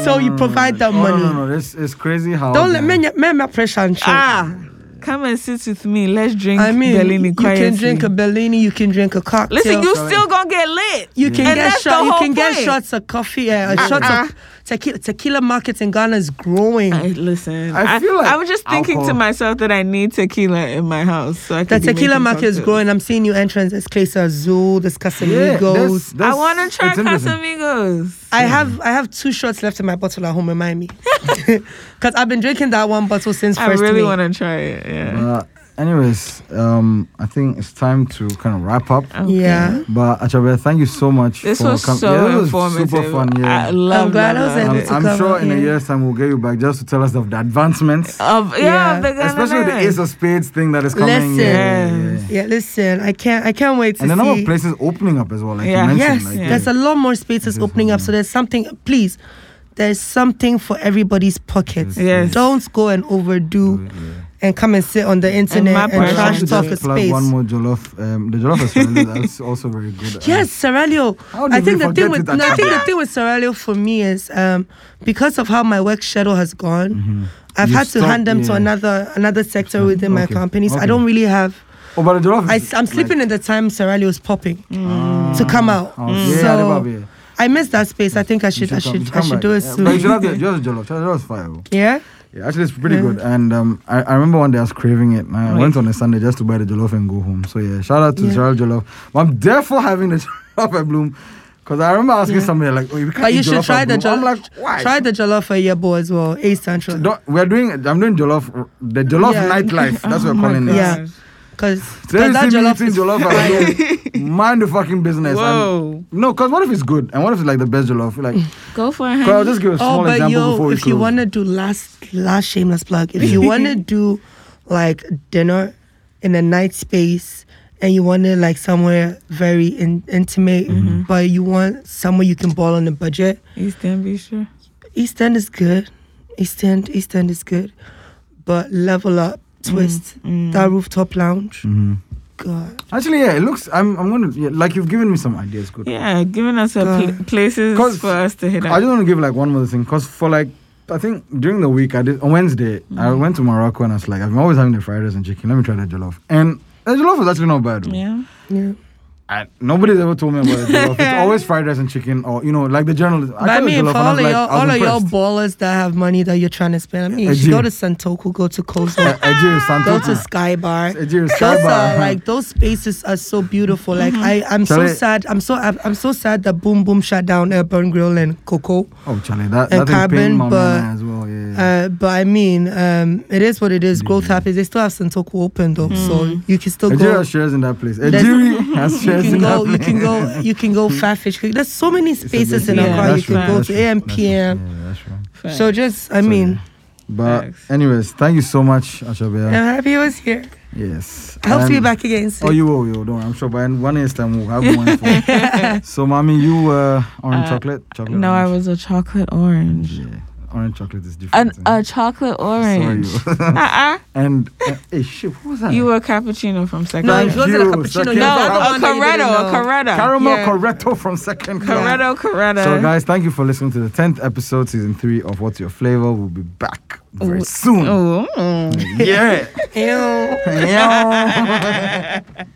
Speaker 3: so
Speaker 1: Mm.
Speaker 3: you provide that
Speaker 2: Oh,
Speaker 3: money.
Speaker 2: No, no, no. It's, it's crazy how.
Speaker 3: Don't
Speaker 2: the-
Speaker 3: let me, me, me pressure on you.
Speaker 1: Ah, come and sit with me. Let's drink
Speaker 3: I mean,
Speaker 1: Bellini
Speaker 3: you
Speaker 1: quietly.
Speaker 3: can drink a Bellini, you can drink a cocktail.
Speaker 1: Listen, you still gonna get lit.
Speaker 3: You can
Speaker 1: And
Speaker 3: get
Speaker 1: that's the
Speaker 3: shot. You
Speaker 1: whole
Speaker 3: can get
Speaker 1: point.
Speaker 3: shots of coffee. Uh, shots
Speaker 1: Uh-uh.
Speaker 3: of tequila. Tequila market in Ghana is growing.
Speaker 1: I, listen,
Speaker 2: I feel like
Speaker 1: I was just thinking to
Speaker 2: alcohol-
Speaker 1: myself that I need tequila in my house. So I
Speaker 3: the
Speaker 1: could be
Speaker 3: tequila
Speaker 1: making
Speaker 3: market is
Speaker 1: cocktails.
Speaker 3: growing. I'm seeing new entrants. It's Clay Azul. There's
Speaker 2: Yeah,
Speaker 3: Casamigos.
Speaker 1: I
Speaker 2: that's-
Speaker 1: want to try
Speaker 2: it's interesting.
Speaker 1: Casamigos.
Speaker 3: I have I have two shots left in my bottle at home. Remind me, because I've been drinking that one bottle since
Speaker 1: I
Speaker 3: first
Speaker 1: really
Speaker 3: May.
Speaker 1: want to try it. Yeah.
Speaker 2: Uh, anyways, um, I think it's time to kind of wrap up.
Speaker 1: Okay.
Speaker 3: Yeah.
Speaker 2: But Achabe, thank you so much.
Speaker 1: This
Speaker 2: for
Speaker 1: was
Speaker 2: com-
Speaker 1: so
Speaker 2: yeah, this was
Speaker 1: informative.
Speaker 2: super fun. Yeah.
Speaker 1: I love
Speaker 3: I'm glad I was
Speaker 1: love,
Speaker 3: able
Speaker 2: I'm,
Speaker 3: to
Speaker 1: love.
Speaker 2: I'm
Speaker 3: come
Speaker 2: sure
Speaker 3: out
Speaker 2: in a
Speaker 3: here.
Speaker 2: year's time we'll get you back just to tell us of the advancements,
Speaker 3: Oh,
Speaker 1: Of, yeah,
Speaker 3: Yeah.
Speaker 1: of the Ghana
Speaker 2: especially the
Speaker 1: Nine.
Speaker 2: Ace of Spades thing that is coming.
Speaker 3: Listen.
Speaker 2: Yeah, yeah, yeah.
Speaker 3: Yeah, listen, I can't I can't wait to
Speaker 2: And the number
Speaker 3: see.
Speaker 2: of places opening up as well, like
Speaker 1: Yeah.
Speaker 2: you mentioned.
Speaker 3: yes,
Speaker 2: like,
Speaker 1: yeah.
Speaker 3: there's a lot more spaces opening up. So there's something. Please, there's something for everybody's pockets.
Speaker 1: Yes.
Speaker 3: Don't go and overdo. and come and sit on the internet
Speaker 1: map
Speaker 3: and,
Speaker 1: around
Speaker 3: trash
Speaker 1: it.
Speaker 3: talk
Speaker 2: just
Speaker 3: a
Speaker 2: plug
Speaker 3: space.
Speaker 2: one more jollof. Um, the jollof is really, that's also very good. uh.
Speaker 3: Yes, Serralio.
Speaker 2: Mm. How
Speaker 3: I
Speaker 2: did we
Speaker 3: think the thing
Speaker 2: forget
Speaker 3: with
Speaker 2: it
Speaker 3: no, I think the
Speaker 2: actually?
Speaker 3: thing with Serralio for me is um, because of how my work schedule has gone,
Speaker 2: Mm-hmm.
Speaker 3: I've
Speaker 2: You
Speaker 3: had to
Speaker 2: stop-
Speaker 3: hand them to
Speaker 2: yeah.
Speaker 3: another another sector within my
Speaker 2: okay,
Speaker 3: company. So
Speaker 2: okay.
Speaker 3: I don't really have.
Speaker 2: Oh, but the jollof.
Speaker 3: I,
Speaker 2: Is,
Speaker 3: am sleeping at the time Serralio is popping to come out.
Speaker 2: Oh, yeah,
Speaker 3: Mm. So
Speaker 2: yeah.
Speaker 3: I miss that space. I think I should I should I should do it
Speaker 2: Yeah, but you should have the
Speaker 3: soon.
Speaker 2: just jollof. Jollof is fire. oh. bro.
Speaker 3: Yeah.
Speaker 2: Yeah, actually, it's pretty good. And um, I, I remember one day I was craving it. and I
Speaker 1: Right.
Speaker 2: went on a Sunday just to buy the jollof and go home. So yeah, shout out to
Speaker 3: Yeah.
Speaker 2: Gerald Jollof. But I'm therefore having the jollof at Bloom. Cause I remember asking
Speaker 3: Yeah.
Speaker 2: somebody like, "Oh, we can't
Speaker 3: But
Speaker 2: eat
Speaker 3: you should
Speaker 2: jollof
Speaker 3: try
Speaker 2: at
Speaker 3: the
Speaker 2: Bloom."
Speaker 3: jollof.
Speaker 2: I'm like, why?
Speaker 3: Try the jollof for Yebo as well. A Central.
Speaker 2: Don't- we're doing. I'm doing jollof. The jollof
Speaker 3: Yeah.
Speaker 2: nightlife. That's what
Speaker 1: Oh
Speaker 2: we're
Speaker 1: my
Speaker 2: calling it.
Speaker 1: gosh.
Speaker 3: Yeah. Because
Speaker 2: Today you
Speaker 3: that
Speaker 2: see me
Speaker 3: jollof
Speaker 2: eating
Speaker 3: is
Speaker 2: jollof at Bloom. Mind the fucking business. I'm-
Speaker 1: Whoa.
Speaker 2: no, cause what if it's good and what if it's like the best jollof? Like,
Speaker 1: Go for
Speaker 2: cause I'll
Speaker 1: it.
Speaker 2: just give a small
Speaker 3: Oh, but
Speaker 2: example before
Speaker 3: yo,
Speaker 2: we
Speaker 3: if you
Speaker 2: close.
Speaker 3: want to do last last shameless plug, if you want to do like dinner in a night space and you want to like somewhere very in- intimate,
Speaker 2: Mm-hmm.
Speaker 3: but you want somewhere you can ball on a budget,
Speaker 1: East End Bistro.
Speaker 3: East End is good. East End, East End is good, but level up,
Speaker 2: Mm,
Speaker 3: twist that rooftop lounge. God,
Speaker 2: Mm-hmm. Actually, yeah, it looks. I'm. I'm gonna. Yeah, like you've given me some ideas. Good.
Speaker 1: Yeah, giving us a
Speaker 3: God.
Speaker 1: pl- places
Speaker 2: 'Cause
Speaker 1: for us to hit
Speaker 2: I
Speaker 1: up.
Speaker 2: just want to give like one more thing because for like I think during the week I did on Wednesday I
Speaker 3: Mm.
Speaker 2: went to Morocco and I was like I've been always having the fried rice and chicken. Let me try the jollof. And the jollof was actually not bad.
Speaker 1: yeah.
Speaker 3: yeah.
Speaker 2: I, nobody's ever told me about the jollof. It's always fried rice and chicken or you know like the journalist.
Speaker 3: But I
Speaker 2: tried the
Speaker 3: mean,
Speaker 2: jollof and
Speaker 3: for
Speaker 2: I
Speaker 3: all
Speaker 2: was
Speaker 3: of
Speaker 2: like-
Speaker 3: y'all,
Speaker 2: I was
Speaker 3: all of y'all
Speaker 2: impressed.
Speaker 3: ballers that have money that you're trying to spend, I mean, you should go to Santoku, go to Kozo,
Speaker 2: Uh, Ejiru,
Speaker 3: go
Speaker 2: Santoku.
Speaker 3: to Sky Bar.
Speaker 2: Ejiru,
Speaker 3: those
Speaker 2: Saba.
Speaker 3: are like those spaces are so beautiful. Like
Speaker 2: Mm-hmm.
Speaker 3: I, I'm so
Speaker 2: Charlie-
Speaker 3: sad. I'm so I'm, I'm so sad that Boom Boom shut down uh, Burn Grill and Coco.
Speaker 2: Oh, Charlie, that, that
Speaker 3: and
Speaker 2: thing pained
Speaker 3: carbon,
Speaker 2: my
Speaker 3: but,
Speaker 2: man as well. Yeah. yeah. Mm-hmm.
Speaker 3: Uh, but I mean, um, it is what it is. Growth happens. They still have Santoku open though,
Speaker 2: Mm.
Speaker 3: so you can still
Speaker 2: Ejiru
Speaker 3: go.
Speaker 2: has shares in that place.
Speaker 3: There's-
Speaker 2: Ejiru has
Speaker 3: You
Speaker 2: shares
Speaker 3: can
Speaker 2: in that
Speaker 3: go.
Speaker 2: place.
Speaker 3: You can go. You can go. Fat fish. Cooking. There's so many
Speaker 2: It's a
Speaker 3: spaces
Speaker 2: big deal.
Speaker 3: in
Speaker 1: yeah,
Speaker 3: Accra. you
Speaker 2: That's
Speaker 3: can
Speaker 2: right,
Speaker 3: go
Speaker 2: that's
Speaker 3: to
Speaker 2: right,
Speaker 3: AM,
Speaker 2: that's right.
Speaker 3: PM.
Speaker 2: Yeah, that's right.
Speaker 3: So just, I
Speaker 2: So,
Speaker 3: mean.
Speaker 2: yeah. But
Speaker 1: Facts.
Speaker 2: anyways, thank you so much, Ashabea.
Speaker 3: I'm happy I was here.
Speaker 2: Yes.
Speaker 3: I hope to be
Speaker 2: And-
Speaker 3: back again soon.
Speaker 2: Oh, you will, you will. Don't worry, I'm sure by in one year's time we'll have one. For. so, mommy, you were orange
Speaker 1: Uh,
Speaker 2: chocolate? chocolate?
Speaker 1: No, I
Speaker 2: orange?
Speaker 1: was a chocolate orange.
Speaker 2: Yeah, orange chocolate is different.
Speaker 1: An,
Speaker 3: uh,
Speaker 1: a chocolate orange. Uh-uh.
Speaker 2: and uh, hey, shit, what was that?
Speaker 1: You were a cappuccino from second.
Speaker 3: no,
Speaker 1: Line.
Speaker 3: it wasn't
Speaker 2: you,
Speaker 3: a cappuccino.
Speaker 2: suck it
Speaker 3: it was
Speaker 2: Yeah,
Speaker 1: no,
Speaker 3: that
Speaker 1: a
Speaker 3: one that you didn't
Speaker 1: Corretto, a
Speaker 3: know.
Speaker 1: Corretto.
Speaker 2: caramel
Speaker 3: yeah.
Speaker 2: corretto from second. Cup.
Speaker 1: Corretto, Corretto.
Speaker 2: So, guys, thank you for listening to the tenth episode, season three of What's Your Flavor. We'll be back very
Speaker 1: mm.
Speaker 2: soon.
Speaker 1: Ooh.
Speaker 2: Yeah.
Speaker 3: Ew.
Speaker 2: Yeah.